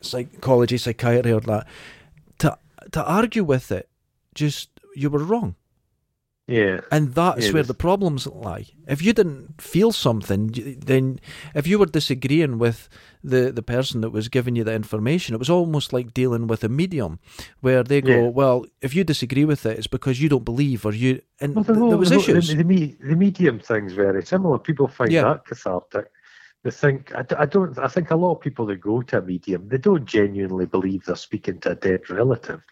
psychology, psychiatry, or that, to to argue with it, just you were wrong. Yeah. And that's Yeah, where this- the problems lie. If you didn't feel something, y- then if you were disagreeing with the, the person that was giving you the information, it was almost like dealing with a medium, where they go, Yeah. "Well, if you disagree with it, it's because you don't believe or you." And Well, th- no, there was no, issues. The, the, me- the medium thing's very similar. People find Yeah. that cathartic. They think I, d- I don't. I think a lot of people that go to a medium, they don't genuinely believe they're speaking to a dead relative,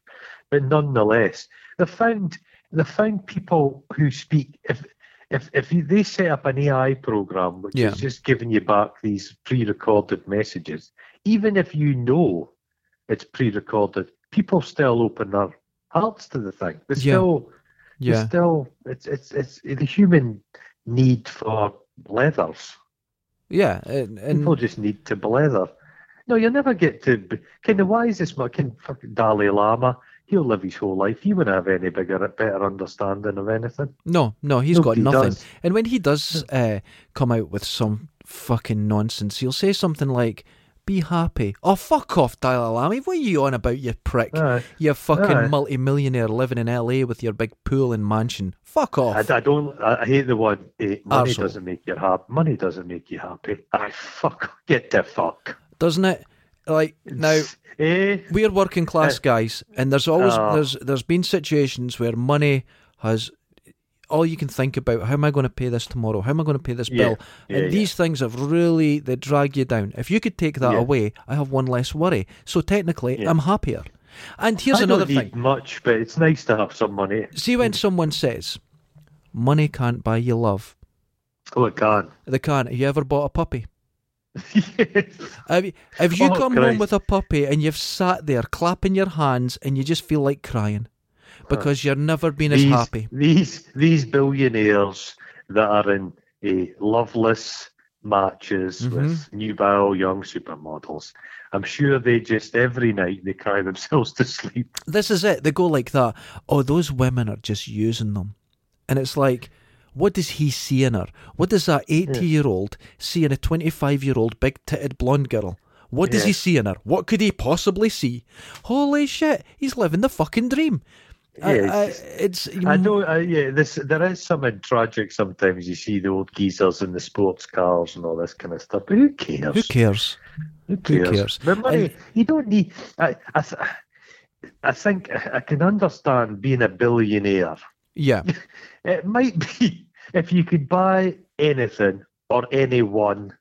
but nonetheless, they found they found people who speak if. If, if you, they set up an AI program which Yeah. is just giving you back these pre-recorded messages, even if you know it's pre-recorded, people still open their hearts to the thing. They Yeah. still yeah. yeah, still it's it's it's the human need for leathers. yeah, and, People and just need to blether. No, you'll never get to b- kind of why is this man? Can fucking Dalai Lama? He'll live his whole life. He won't have any bigger, better understanding of anything. no, no, he's got Nobody nothing. does. And when he does uh, come out with some fucking nonsense, he'll say something like, "Be happy." Oh, fuck off, Dalai Lama! What are you on about, you prick? Aye. You Aye. fucking multi-millionaire living in LA with your big pool and mansion. Fuck I, off. I don't. I, I hate the one. eh, money Arsehole. doesn't make you happy. Money doesn't make you happy. I fuck. Get the fuck. Doesn't it? Like now eh? we're working class guys and there's always Oh. there's there's been situations where money has all you can think about how am I going to pay this tomorrow? How am I going to pay this Yeah, bill? yeah, and yeah. these things have really they drag you down. If you could take that Yeah. away, I have one less worry. So technically, Yeah. I'm happier. And here's I another don't thing. need much, but it's nice to have some money. See when someone says, "Money can't buy you love." Oh, it can. They can't. Have you ever bought a puppy? yes. Have you, have you Oh, come home Christ. with a puppy and you've sat there clapping your hands and you just feel like crying because you've never been as these, happy? These these billionaires that are in a loveless matches Mm-hmm. with nubile young supermodels. I'm sure they just every night they cry themselves to sleep. This is it. They go like that. Oh, those women are just using them. And it's like, what does he see in her? What does Hmm. that 80 year old see in a 25 year old big titted blonde girl? What does he Yeah. see in her? What could he possibly see? Holy shit, he's living the fucking dream. I- Yeah, it's I, just- it's, I know. I, yeah, this there is something tragic sometimes. You see the old geezers in the sports cars and all this kind of stuff. But who cares? who cares? Who cares? The money, And- you don't need. I, I, th- I think I can understand being a billionaire Yeah, It might be if you could buy anything or anyone.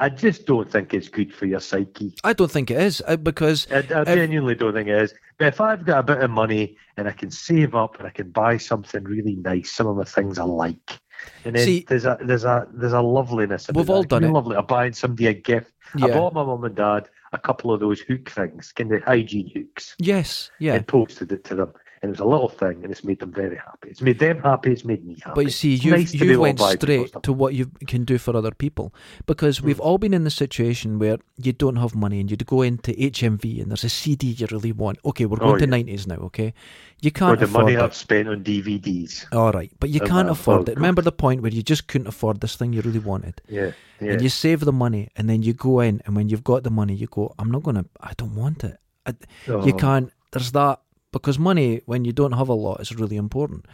I just don't think it's good for your psyche. I don't think it is uh, because I, I genuinely don't think it is. But if I've got a bit of money and I can save up and I can buy something really nice, some of the things I like, and then See- there's a there's a there's a loveliness. about We've all that. done You're it. Lovely. I'm buying somebody a gift. I Yeah. bought my mum and dad a couple of those hook things, kind of hygiene hooks, yes, yeah. and posted it to them. And it was a little thing, and it's made them very happy. It's made them happy. It's made me happy. But you see, It's you nice to be you able to went buy people straight stuff. to what you can do for other people because Hmm. we've all been in the situation where you don't have money and you'd go into HMV and there's a CD you really want. Okay, we're going Oh, to yeah. nineties now. Okay, you Or can't the afford money it. I've spent on DVDs. All right, but you Oh, can't wow. afford Oh, it. God. Remember the point where you just couldn't afford this thing you really wanted, Yeah, yeah. and you save the money, and then you go in, and when you've got the money, you go, "I'm not gonna. I don't want it. I, You Oh. can't. There's that because money, when you don't have a lot, is really important.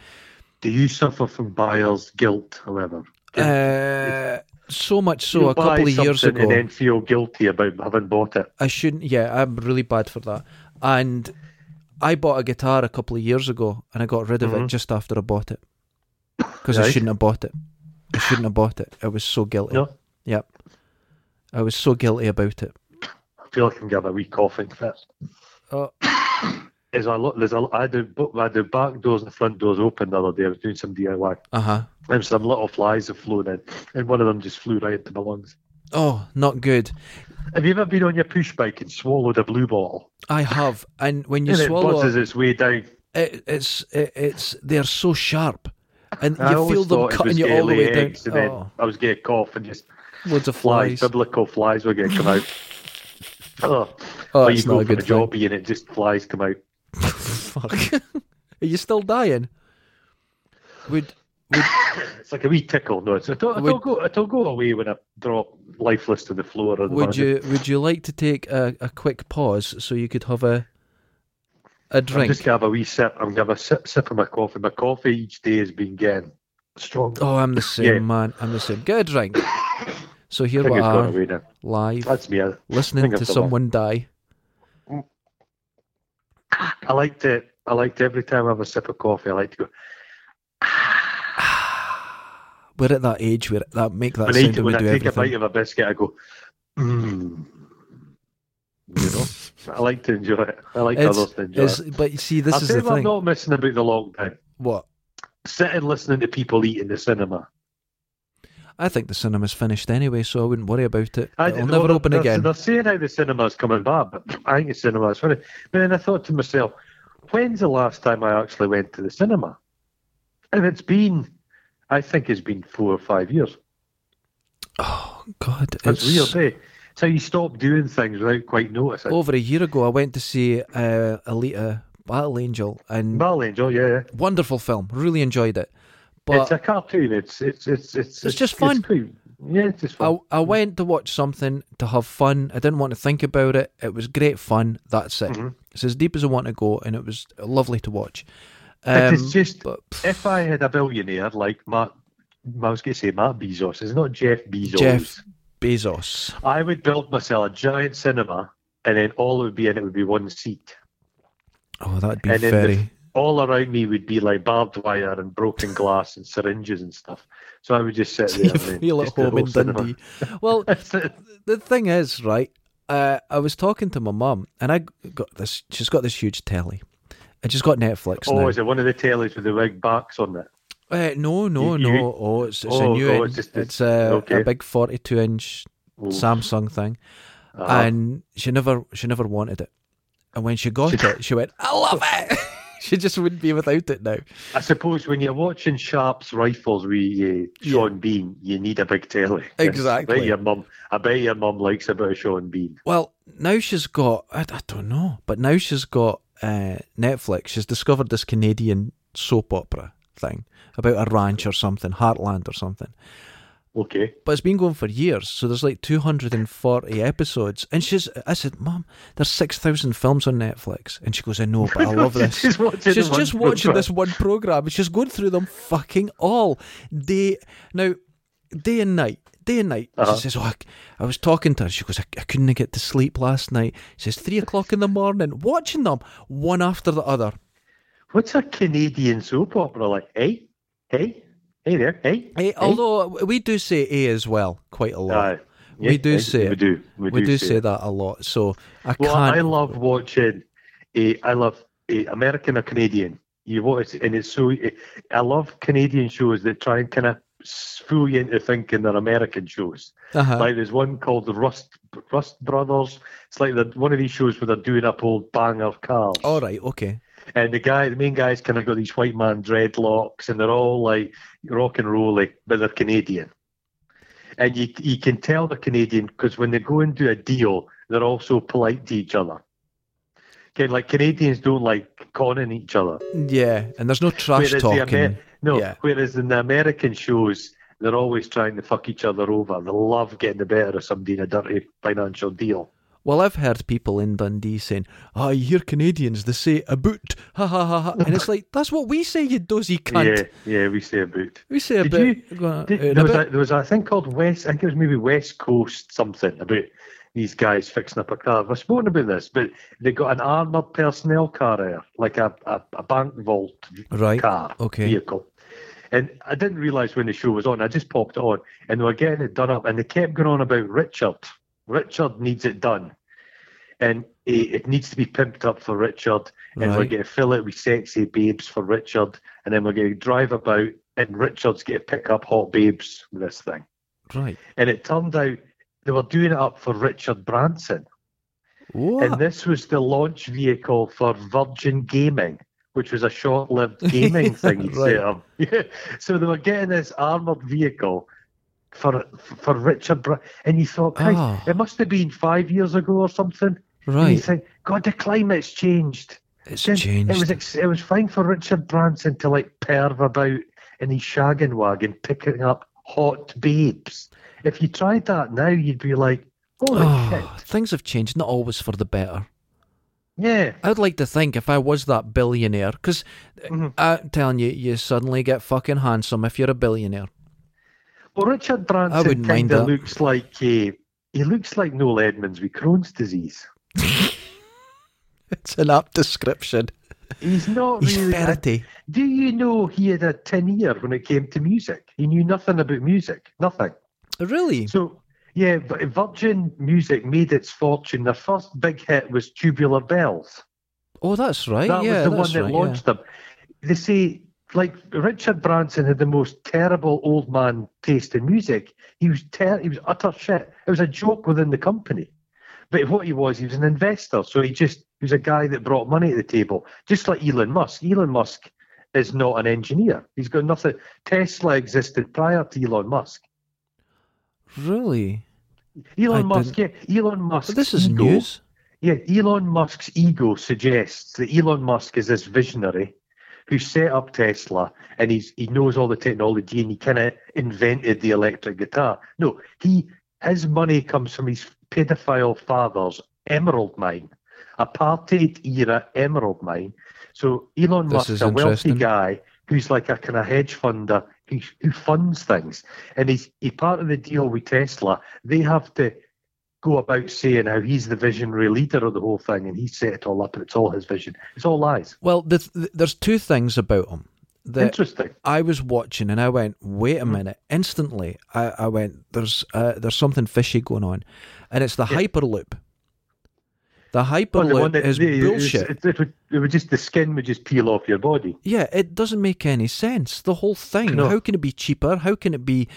Do you suffer from buyer's guilt, however? Uh, so much so, You a couple buy of years something ago, and then feel guilty about having bought it. I shouldn't. Yeah, I'm really bad for that. And I bought a guitar a couple of years ago, and I got rid of Mm-hmm. it just after I bought it because I Right. shouldn't have bought it. I shouldn't have bought it. I was so guilty. No, Yep, I was so guilty about it. I feel like I'm gonna have a wee coughing fit. Oh, There's a lot. There's a. I do. I do back doors and front doors open the other day. I was doing some DIY, uh huh. and some little flies have flown in, and one of them just flew right into my lungs. Oh, not good. Have you ever been on your push bike and swallowed a blue ball, I have, and when you and it swallow, buzzes it, its way down? it's it, it's they're so sharp, and I you always feel them thought it cutting was you all the daily way down. eggs, and then Oh, I was getting cough and just loads of flies, flies. biblical flies were going to come out. Oh, Oh, Or it's you not go a for good a thing. jobby and it just flies come out. Fuck. Are you still dying? Would It's like a wee tickle. No, it's, it'll, it'll, Would- go, it'll go away when I drop lifeless to the floor. Or the would you would you like to take a, a quick pause so you could have a a I'm drink. just gonna have a wee sip. I'm gonna have a sip, sip of my coffee. My coffee each day has been getting stronger. Oh, I'm the same, Yeah. man. I'm the same. Get a drink. So Oh, I here think we it's gone are, away now. live, That's me. I, listening I've to done that. someone die. I like to. I like to every time I have a sip of coffee. I like to go. We're at that age where that make that when I, sound eat, and we when I do take a everything. bite of a biscuit, I go. Mmm. You know, I like to enjoy it. I like It's- others to enjoy It's, it. but you see, this I'll is tell the you what I'm thing. not missing about the lockdown. What? Sitting listening to people eat in the cinema. I think the cinema's finished anyway, so I wouldn't worry about it. I It'll did- never well, open they're, again. They're saying how the cinema's coming back, but I think the cinema's funny. But then I thought to myself, when's the last time I actually went to the cinema? And it's been, I think it's been four or five years. Oh God, That's it's weird, eh? It's how you stop doing things without quite noticing. Oh. over a year ago. I went to see uh, Alita: Battle Angel, and Battle Angel, yeah, yeah. wonderful film. Really enjoyed it. it's But a cartoon. It's it's it's it's just fun. Oh, quite- yeah, it's just fun. I, I went to watch something to have fun. I didn't want to think about it. It was great fun. That's it. Mm-hmm. It's as deep as I want to go, and it was lovely to watch. It Um, is just but- if I had a billionaire like Matt, I was going to say Matt Bezos. It's not Jeff Bezos. Jeff Bezos. I would build myself a giant cinema, and then all it would be in it would be one seat, Oh, that'd be and then the- very. all around me would be like barbed wire and broken glass and syringes and stuff. So I would just sit there. you and then feel at just do the home in whole cinema. Dundee. Well, That's it. the thing is, right? Uh, I was talking to my mum, and I got this. She's got this huge telly, and she's got Netflix Oh, now. is it one of the tellies with the wig backs on it? Uh, no, no, You- you- no. Oh, it's, it's Oh, a new. oh, one. it's it's just- it's- a, okay. a big forty-two inch Oh, Samsung thing, uh-huh. and she never, she never wanted it. And when she got it, she went, "I love it." she just wouldn't be without it now. I suppose when you're watching Sharp's rifles with uh, Sean Bean, you need a big telly. I Exactly. bet your mum. I bet your mum likes a bit of Sean Bean. Well, now she's got. I, I don't know, but now she's got uh, Netflix. She's discovered this Canadian soap opera thing about a ranch or something, Heartland or something. Okay. But it's been going for years, so there's like 240 episodes. And she's, I said, Mom, there's 6,000 films on Netflix. And she goes, I know, but I love this. She's watching she's the one just watching program. this one program. and She's going through them fucking all day. Now, day and night, day and night. Uh-huh. She says, "Oh, I, I was talking to her. She goes, I, I couldn't get to sleep last night." She says, three o'clock in the morning, watching them one after the other. What's a Canadian soap opera like? Hey, hey, hey there, hey. Eh, hey. Although we do say a as well quite a lot. Aye. we do eh, say we it. do, we, we do say it. that a lot, so I Well, can't. I love watching. A, I love a American or Canadian. You watch, and it's so. eh, I love Canadian shows that try and kind of fool you into thinking they're American shows. Uh-huh. Like there's one called the Rust Rust Brothers. It's like the, one of these shows where they're doing up old banger cars. All right, okay. And the guy, the main guy's kind of got these white man dreadlocks, and they're all like rock and rolly, but they're Canadian. And you you can tell they're Canadian because when they go and do a deal, they're all so polite to each other. Okay, like Canadians don't like conning each other. Yeah, and there's no trash the talking. Amer- no, yeah. whereas in the American shows, they're always trying to fuck each other over. They love getting the better of somebody in a dirty financial deal. Well, I've heard people in Dundee saying, "Ah, you hear Canadians? They say a boot, ha ha ha ha," and it's like that's what we say, you dozy cunt. Yeah, yeah, we say a boot. We say a Did boot. you- go on, Did- out and there, was about. a, there was a thing called West, I think it was maybe West Coast something about these guys fixing up a car. I've spoken about this, but they got an armoured personnel car there, like a, a, a bank vault right. car Okay. vehicle. And I didn't realise when the show was on, I just popped it on and they were getting it done up and they kept going on about Richard. Richard needs it done. And it, it needs to be pimped up for Richard. And we're Right. going to fill it with sexy babes for Richard. And then we're going to drive about and Richard's going to pick up hot babes with this thing. Right. And it turned out they were doing it up for Richard Branson. And What? this was the launch vehicle for Virgin Gaming, which was a short lived gaming thing you Right. set up. Yeah. So they were getting this armoured vehicle for for Richard Br- and you thought, "Christ, Ah. it must have been five years ago or something. And you right. think, God, the climate's changed. It's Then changed. It was ex- it was fine for Richard Branson to like perv about in his shagging wagon picking up hot babes. If you tried that now, you'd be like, holy shit. Ah, oh, things have changed. Not always for the better. Yeah. I'd like to think if I was that billionaire, because Mm-hmm. I'm telling you, you suddenly get fucking handsome if you're a billionaire. Well, Richard Branson wouldn't mind kind of that. looks like uh, he looks like Noel Edmonds with Crohn's disease. It's an apt description. He's not He's really. 30. Do you know he had a tin ear when it came to music? He knew nothing about music, nothing. Really? So yeah, but Virgin Music made its fortune. Their first big hit was Tubular Bells. Oh, that's right. That yeah, was the one that's that right, yeah. launched them. They say, like Richard Branson had the most terrible old man taste in music. He was ter- he was utter shit. It was a joke within the company. But what he was, he was an investor. So he just he was a guy that brought money to the table, just like Elon Musk. Elon Musk is not an engineer. He's got nothing. Tesla existed prior to Elon Musk. Really? I Elon Musk, yeah, Elon Musk. But this is ego, news. Yeah, Elon Musk's ego suggests that Elon Musk is this visionary who set up Tesla and he's he knows all the technology and he kind of invented the electric guitar. No, he his money comes from his pedophile father's emerald mine, apartheid era emerald mine. So Elon This Musk, is a wealthy interesting. guy who's like a kind of hedge funder who, who funds things, and he's he part of the deal with Tesla. They have to go about saying how he's the visionary leader of the whole thing and he set it all up and it's all his vision. It's all lies. Well, the, th there's two things about him that Interesting. I was watching, and I went, "Wait Hmm. a minute!" Instantly, I, I went, "There's uh, there's something fishy going on," and it's the hyperloop. The Well, the hyperloop one that- is the- it was- bullshit. It, it would, it would just the skin would just peel off your body. Yeah, it doesn't make any sense. The whole thing. No. How can it be cheaper? How can it be?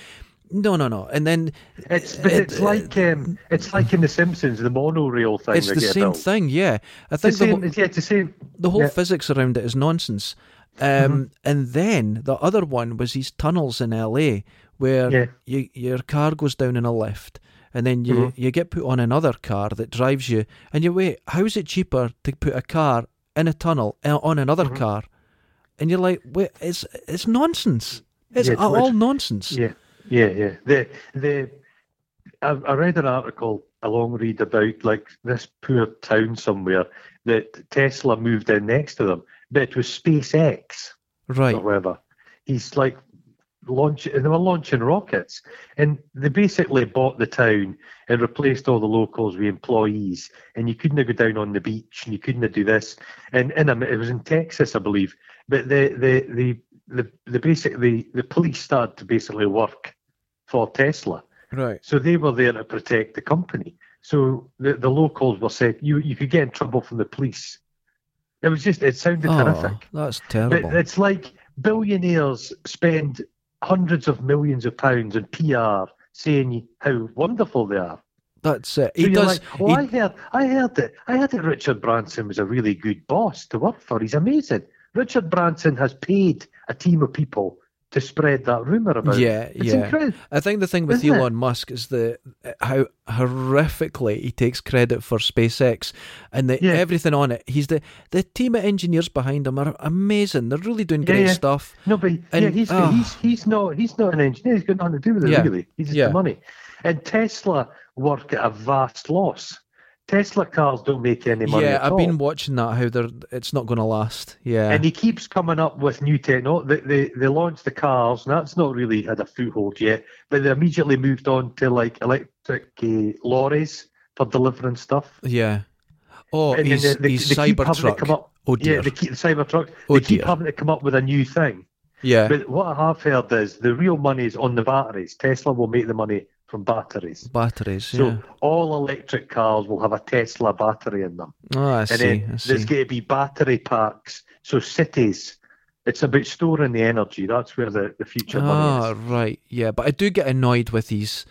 No, no, no. And then It's but It- it's like um, it's like in The Simpsons, the monorail thing. it's they the get same built. thing. Yeah, I It's the think the, same. whole, it's- yeah, it's the same. the whole yeah. Mm-hmm. physics around it is nonsense. Um, And then the other one was these tunnels in LA where Yeah. you, your car goes down in a lift. And then you, Mm-hmm. you get put on another car that drives you, and you wait. How is it cheaper to put a car in a tunnel uh, on another Mm-hmm. car? And you're like, wait, it's it's nonsense. It's Yeah, it's all weird. nonsense. Yeah, yeah, yeah. The the I, I read an article, a long read about like this poor town somewhere that Tesla moved in next to them, but it was SpaceX. Right. or whatever. He's like launching, and they were launching rockets, and they basically bought the town and replaced all the locals with employees. And you couldn't go down on the beach, and you couldn't do this. And in a, it was in Texas, I believe. But the the the the, the basic the, the police started to basically work for Tesla. Right. So they were there to protect the company. So the, the locals were said you you could get in trouble from the police. It was just it sounded horrific. Oh, that's But terrible. it's like billionaires spend hundreds of millions of pounds on PR saying how wonderful they are. that's it. So He you're does. Like, oh, I heard, I heard that, I heard that Richard Branson was a really good boss to work for. He's amazing. Richard Branson has paid a team of people to spread that rumor about. he, him. yeah, it's yeah. incredible. I think the thing with Isn't it? Elon Musk is the how horrifically he takes credit for SpaceX and the, Yeah. everything on it. He's the the team of engineers behind him are amazing. They're really doing great yeah. stuff. No, but yeah, And- he's, ah. he's he's not he's not an engineer. He's got nothing to do with it Yeah, really. He's just yeah. the money. And Tesla work at a vast loss. Tesla cars don't make any money. Yeah, at I've all. been watching that. How they're it's not going to last. Yeah, Oh. And he keeps coming up with new technology. They, they, they launched the cars, and that's not really had a foothold yet. But they immediately moved on to like electric uh, lorries for delivering stuff. yeah. Oh, And then he's, they- they- he's they keep having to come Cybertruck. up- Oh Yeah, dear. they keep the Cybertruck. Oh, they keep dear. having to come up with a new thing. Yeah, But what I have heard is the real money is on the batteries. Tesla will make the money from batteries. batteries. So Yeah. all electric cars will have a Tesla battery in them. oh, I And see. then I see. there's going to be battery parks. So cities, it's about storing the energy. That's where the, the future Ah, money right. Yeah, but I do get annoyed with these.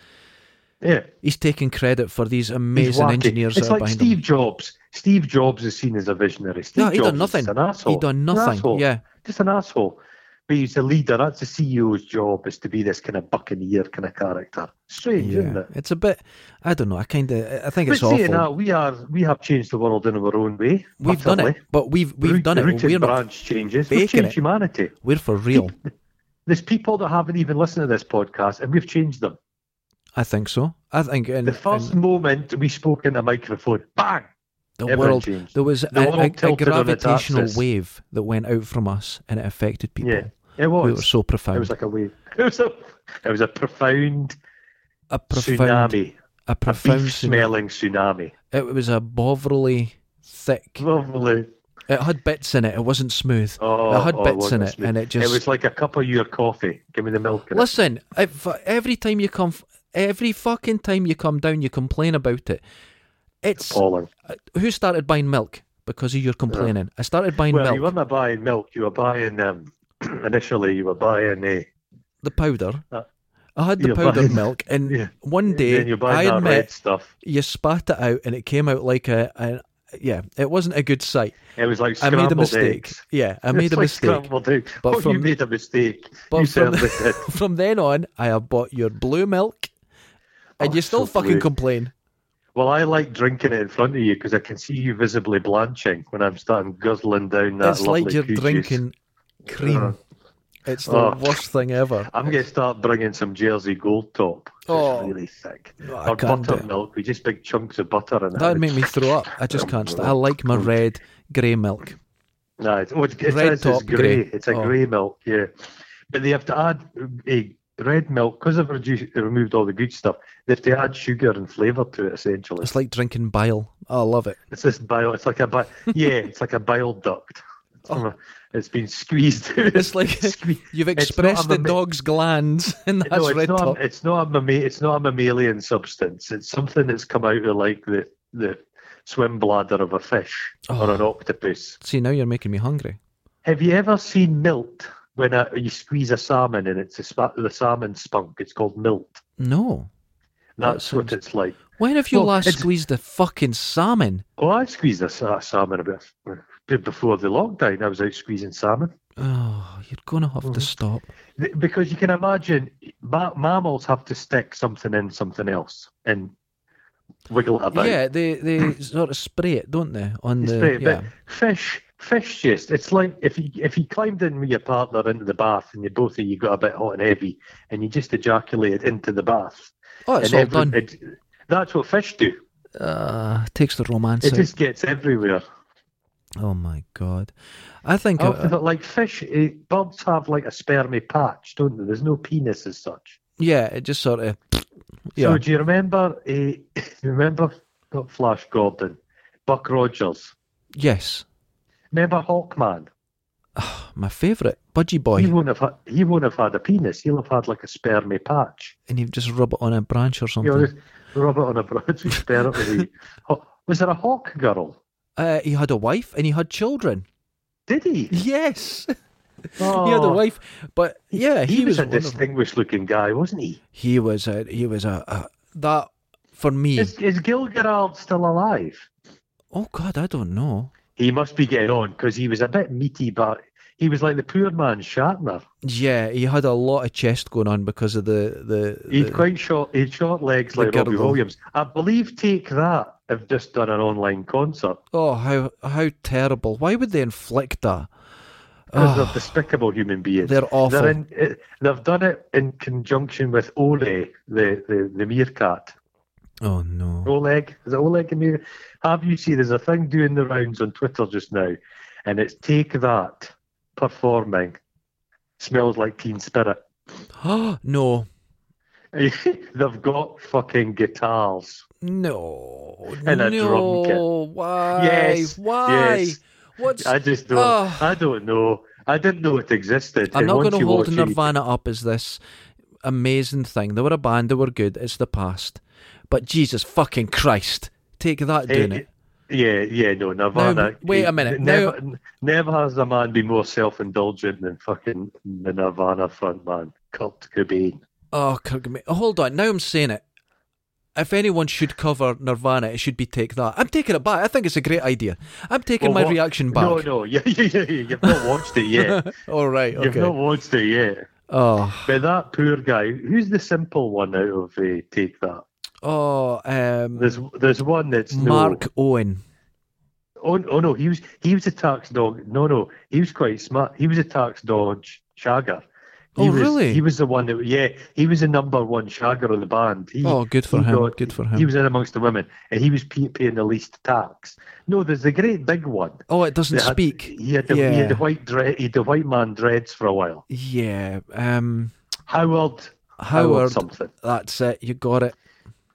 is. Yeah, He's taking credit for these he's amazing wacky. engineers It's that are like behind Steve him. Jobs. Steve Jobs is seen as a visionary. Steve No, he done Jobs is nothing. An asshole. He done An nothing. asshole. yeah, just an asshole. But he's a leader. That's the CEO's job is to be this kind of buccaneer kind of character. Strange, isn't yeah. it? It's a bit. I don't know. I kind of. I think But it's saying awful. that, we are we have changed the world in our own way. We've done it, utterly. but we've we've Root- done it. Root but We're and not. branch changes. We've faking changed it. humanity. We're for real. There's people that haven't even listened to this podcast, and we've changed them. I think so. I think. And, The first and- moment we spoke in a microphone, bang, The Everything world, changed. there was The a- world a, a, tilted on its gravitational axis. wave that went out from us, and it affected people. Yeah, We it was. were so profound. it was like a wave. It was a, it was a profound, a profound, tsunami, a a profound beef smelling tsunami. It was a bovrily thick. Lovely. It had bits in it. It wasn't smooth. Oh, it had oh, bits in wasn't it, smooth. and it just. It was like a cup of your coffee. Give me the milk. in it. Listen, if, every time you come, f- every fucking time you come down, you complain about it. It's Appalling. who started buying milk because of your complaining. I started buying Well, you milk, weren't buying milk. You were buying um, initially. You were buying a. the powder. Uh, I had the you're powdered buying- milk, and Yeah. one then day you're I buying that admit red stuff. you spat it out, and it came out like a, a yeah. It wasn't a good sight. It was like I scrambled made a mistake. eggs. Yeah, I It's made a like mistake. Scrambled eggs. But oh, you from- made a mistake. but you from- certainly did. From then on, I have bought your blue milk, and Oh, you it's still so fucking blue. complain. Well, I like drinking it in front of you because I can see you visibly blanching when I'm starting guzzling down that it's lovely like you're peach juice. drinking cream. Oh. It's the Oh. worst thing ever. I'm going to start bringing some Jersey Gold Top. It's Oh. really thick. No, I or can't do it. buttermilk with just big chunks of butter in it. That would make me throw up. I just can't. St- I like my red, grey milk. No, it's, well, it's, it's, Red it's, it's top, grey. grey. It's a Oh. grey milk, yeah. But they have to add a red milk because they've reduced, removed all the good stuff. They have to add sugar and flavour to it essentially. It's like drinking bile. I love it. It's this bile. It's like a bi- yeah. It's like a bile duct. Oh. It's been squeezed. It's like Sque- you've not expressed the a ma- dog's glands, and that's no, it's red not. top. It's not a mamma- It's not a mammalian substance. It's something that's come out of like the the swim bladder of a fish or Oh. an octopus. See, now you're making me hungry. Have you ever seen milt? When a, you squeeze a salmon and it's a spa- the salmon spunk, it's called milt. No. That That's what sounds- it's like. When have you Well, last it's- squeezed a fucking salmon? Oh, I squeezed a, sa- salmon a bit before the lockdown. I was out squeezing salmon. Oh, you're going to have Mm. to stop. Th- because you can imagine ma- mammals have to stick something in something else and wiggle it about. Yeah, they, they sort of spray it, don't they? On It's the great, yeah. but fish, fish just it's like if you if you climbed in with your partner into the bath and you both of you got a bit hot and heavy and you just ejaculated into the bath. Oh, it's all and every- done. It, it- that's what fish do. uh, takes the romance It out. just gets everywhere. Oh my god, I think Oh, uh, but like fish, eh, birds have like a spermy patch, don't they? There's no penis as such. yeah, it just sort of yeah. So do you remember? eh, remember not Flash Gordon, Buck Rogers. yes, Remember Hawkman? my favourite budgie boy, He won't have had, he won't have had a penis. He'll have had like a spermy patch. and you just rub it on a branch or You something. know, just rub it on a branch with spermy. Oh, Was there a hawk girl? uh, he had a wife and he had children. Did he? Yes, Oh, he had a wife, but yeah, he, he was, a wonderful. distinguished looking guy, wasn't he? He was a he was a, a that for me. Is, is Gil Gerald still alive? oh god, I don't know. He must be getting on because he was a bit meaty, but he was like the poor man Shatner. Yeah, he had a lot of chest going on because of the the. He'd the- quite short, he'd short legs the like Robbie girdle. Williams. I believe Take That have just done an online concert. oh how how terrible! Why would they inflict that? Because Oh. they're despicable human beings. They're awful. Ah. They're in, it, they've done it in conjunction with Oleg, the, the, the meerkat. Oh no. Oleg, is it Oleg? the Meer- Have you seen? There's a thing doing the rounds on Twitter just now, and it's Take That performing. Smells like Teen Spirit. no, they've got fucking guitars. no, And a drum no. kit. Why? Yes, Why? yes. What's? I I, just don't. Oh. I don't know. I didn't know it existed. am and not once going to you hold watch it, Nirvana up as this amazing thing. They were a band. They were good. It's the past. But Jesus fucking Christ, take that doing Eh, it. Yeah, yeah, no, Nirvana. wait a eh, minute, Never, n- never has a man been more self-indulgent than fucking the Nirvana frontman Kurt Cobain. Oh, Kirk, Ma- hold on. Now I'm saying it. If anyone should cover Nirvana, it should be take that. I'm taking it back. I think it's a great idea. I'm taking my Well, what- reaction back. No, no, yeah, yeah, yeah, yeah, you've not watched it yet. All right. You've not Okay. watched it yet. Oh, But that poor guy, who's the simple one out of uh, Take That? oh. Um, There's there's one that's no- Mark Owen. Oh, oh no, he was he was a tax dog. No, no, he was quite smart. He was a tax dodge shagger He Oh, was, really? He was the one that, yeah, he was the number one shagger of the band. He, Oh, good for he him. got- good for He him. was in amongst the women, and he was p- paying the least tax. No, there's the great big one. Oh, it doesn't that had- speak. He had the, he had Yeah. the white dread, he had the white man dreads for a while. Yeah. Um, Howard, Howard. something. That's it. You got it.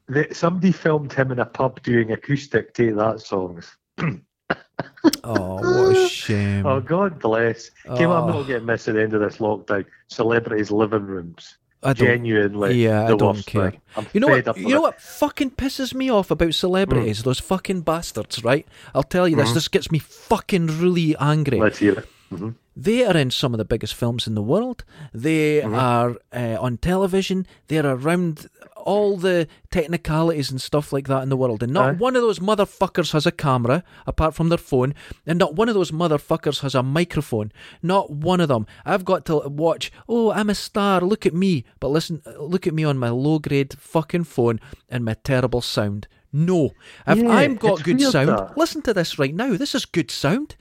That somebody filmed him in a pub doing acoustic take that songs. Oh, what a shame. Oh God bless. Kim, I'm Oh. not getting this at the end of this lockdown. Celebrities' living rooms. I don't Genuinely, yeah, I the don't worst care. thing. I'm You know fed what? up Hmm. You with know it. what fucking pisses me off about celebrities? Those fucking bastards, right? I'll tell you this. Hmm. This gets me fucking really angry. Let's hear it. They are in some of the biggest films in the world. They Mm-hmm. are uh, on television. They're around all the technicalities and stuff like that in the world. And not Aye. one of those motherfuckers has a camera apart from their phone. And not one of those motherfuckers has a microphone. Not one of them. I've got to watch, oh, I'm a star. Look at me. But listen, uh, look at me on my low grade fucking phone and my terrible sound. No. If Yeah, I've it's got good weird sound, that. listen to this right now. This is good sound.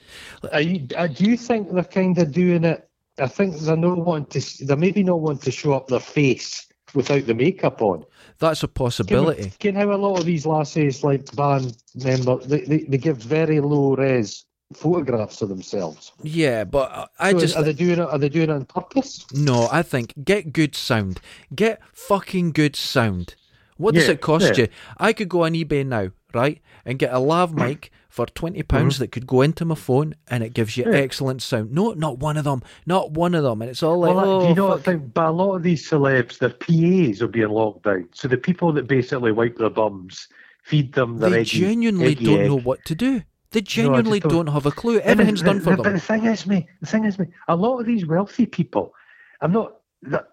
Are you, uh, do you think they're kind of doing it? I think they're not want to. s- They maybe not want to show up their face without the makeup on. That's a possibility. Can how a lot of these lasses, like band members, they, they, they give very low res photographs of themselves. Yeah, but I- I So just are they doing it? Are they doing it on purpose? no. I think get good sound. Get fucking good sound. What does Yeah, it cost yeah. you? I could go on eBay now, right, and get a lav Mm. mic for Mm-hmm. twenty pounds that could go into my phone, and it gives you excellent sound. No, not one of them. Not one of them. And it's all like, Well, oh, do you know what I fuck. think? But a lot of these celebs, their PAs will be in lockdown. So the people that basically wipe their bums, feed them their they eggy- genuinely eggy don't egg. know what to do. They genuinely don't. don't. have a clue. And the- Everything's done the- for the- But them. the thing is, me, the thing is, me, a lot of these wealthy people, I'm not. That,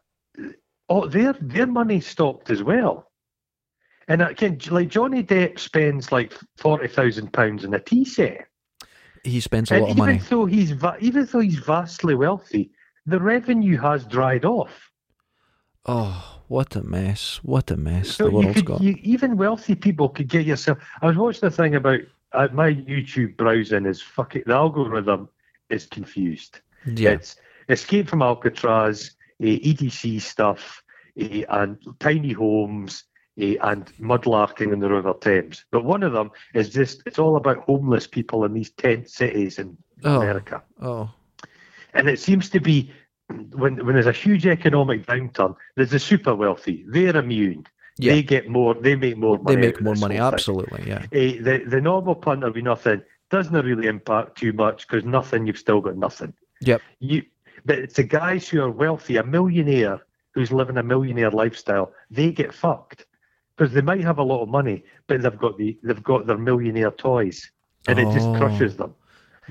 oh, their their money stopped as well. And I can like Johnny Depp spends like forty thousand pounds on a tea set. He spends a And lot of even money. though he's va- even though he's vastly wealthy, the revenue has dried off. Oh, what a mess! What a mess So the you world's could, got. you, even wealthy people could get yourself. I was watching the thing about uh, my YouTube browsing is fucking the algorithm is confused. Yeah. It's Escape from Alcatraz, uh, EDC stuff, uh, and tiny homes, uh, and mudlarking in the River Thames. But one of them is just it's all about homeless people in these tent cities in Oh. America. Oh. And it seems to be when when there's a huge economic downturn, there's the super wealthy. They're immune. Yeah. They get more. They make more They money. make more money. Absolutely. Yeah. Uh, the the normal punt will be nothing. Doesn't really impact too much because nothing. You've still got nothing. Yep. You. But it's the guys who are wealthy, a millionaire who's living a millionaire lifestyle. They get fucked because they might have a lot of money, but they've got the they've got their millionaire toys, and it just Oh. crushes them.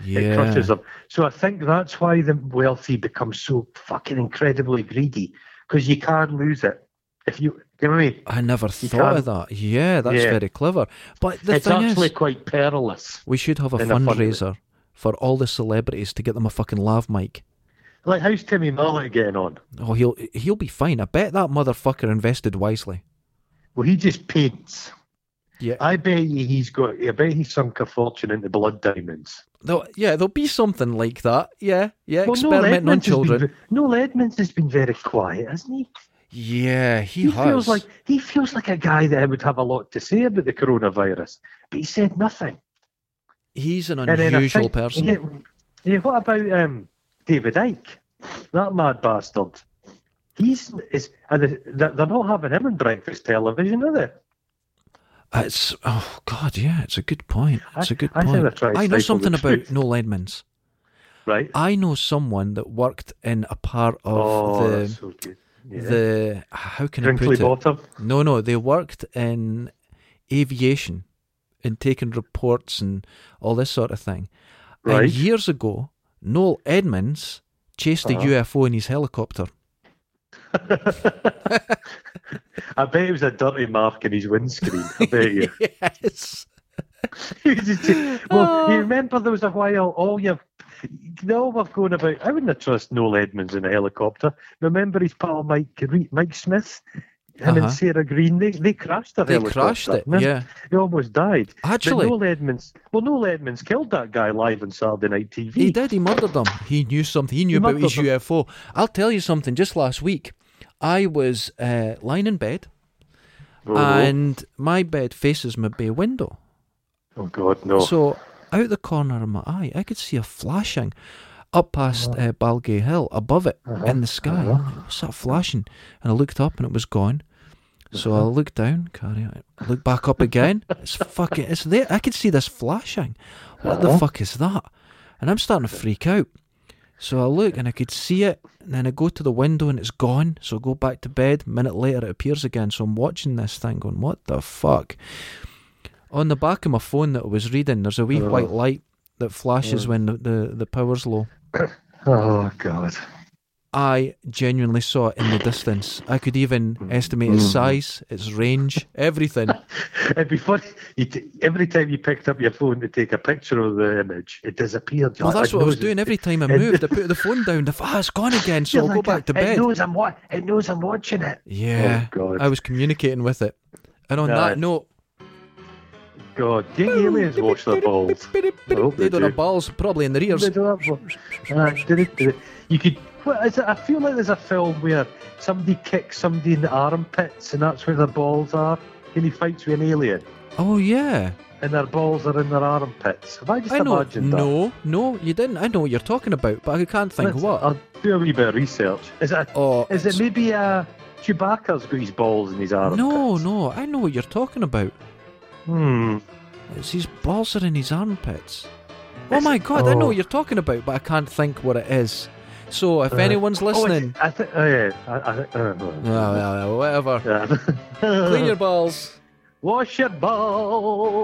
Yeah. It crushes them. So I think that's why the wealthy become so fucking incredibly greedy because you can't lose it. If you, you know what I mean? I never You thought of that. Yeah, that's Yeah. very clever. But the it's thing actually is, quite perilous. we should have a in a fund- fundraiser for all the celebrities to get them a fucking lav mic. Like, how's Timmy Mallet getting on? Oh, he'll he'll be fine. I bet that motherfucker invested wisely. Uh, Well, he just paints. Yeah. I bet you he's got. I bet he sunk a fortune into blood diamonds. There'll, yeah, there'll be something like that. Yeah, yeah. Well, Noel experimenting on Edmonds has been children. ve- Noel Edmonds has been very quiet, hasn't he? Yeah, he, He has. feels like he feels like a guy that would have a lot to say about the coronavirus, but he said nothing. he's an And then I unusual think- person. Yeah, yeah, what about um, David Icke? That mad bastard. He's is and they- they're they're not having him on breakfast television, are they? It's oh god, yeah. It's a good point. It's I- a good I think they're point. trying to I know stifle the something about truth. Noel Edmonds. Right. I know someone that worked in a part of oh, the that's so good. Yeah. the ah, how can I Crinkly put it? bottom. No, no, they worked in aviation and taking reports and all this sort of thing. Right. And years ago, Noel Edmonds chased a Uh-huh. UFO in his helicopter. I bet it was a dirty mark in his windscreen. I bet you. yes. You just- well, Oh. you remember there was a while all your all we're going about. I wouldn't have trust Noel Edmonds in a helicopter. Remember his pal Mike Re- Mike Smith. him Uh-huh. and Sarah Green, they, they crashed their They helicopter, crashed it. didn't they? Yeah. They almost died. Actually- But Noel Edmonds, well, Noel Edmonds killed that guy live on Saturday Night TV. He did. He murdered them. He knew something. He knew about his murdered UFO. I'll tell you something. Just last week, I was uh, lying in bed, Oh, and my bed faces my bay window. oh, God, no. So out the corner of my eye, I could see a flashing up past uh, Balgay Hill, above it in the sky. I'm like, What's that flashing? And I looked up, and it was gone. So I looked down, carry on. I looked back up again. It's fucking, it's there. I could see this flashing. What the fuck is that? And I'm starting to freak out. So I look and I could see it, and then I go to the window and it's gone. So I go back to bed. minute later, it appears again. So I'm watching this thing going, what the fuck? On the back of my phone that I was reading, there's a wee white light that flashes when the, the, the power's low. oh, God. I genuinely saw it in the distance. I could even estimate Mm. its size, its range, everything. It'd be funny. You t- every time you picked up your phone to take a picture of the image, it disappeared. You're Well, like, that's "It what I was knows doing it- every time I it- moved. I put the phone down. The, f- ah, it's gone again. So You're I'll go like, back to bed. It knows I'm wa- It knows I'm watching it. Yeah, Oh, God. I was communicating with it. And on that Nice. note, God, do aliens watch their balls? I hope they they don't have do. balls, probably in their ears. They do have one. Ah, did it, did it. You could. Well, is it, I feel like there's a film where somebody kicks somebody in the armpits, and that's where their balls are. And he fights with an alien, Oh yeah, and their balls are in their armpits. Have I just I know. imagined that? No, no, you didn't. I know what you're talking about, but I can't think Let's- what. I'll do a wee bit of research. Is it? Oh, is it's- it maybe uh, Chewbacca's got his balls in his armpits? No, no, I know what you're talking about. Hmm. It's his balls are in his armpits. Oh It's- my god, I know oh. what you're talking about, but I can't think what it is. So if anyone's Oh, it's- listening, I think. Oh yeah. I, I think. oh, well, well, whatever. Yeah. Clean your balls. Wash your balls.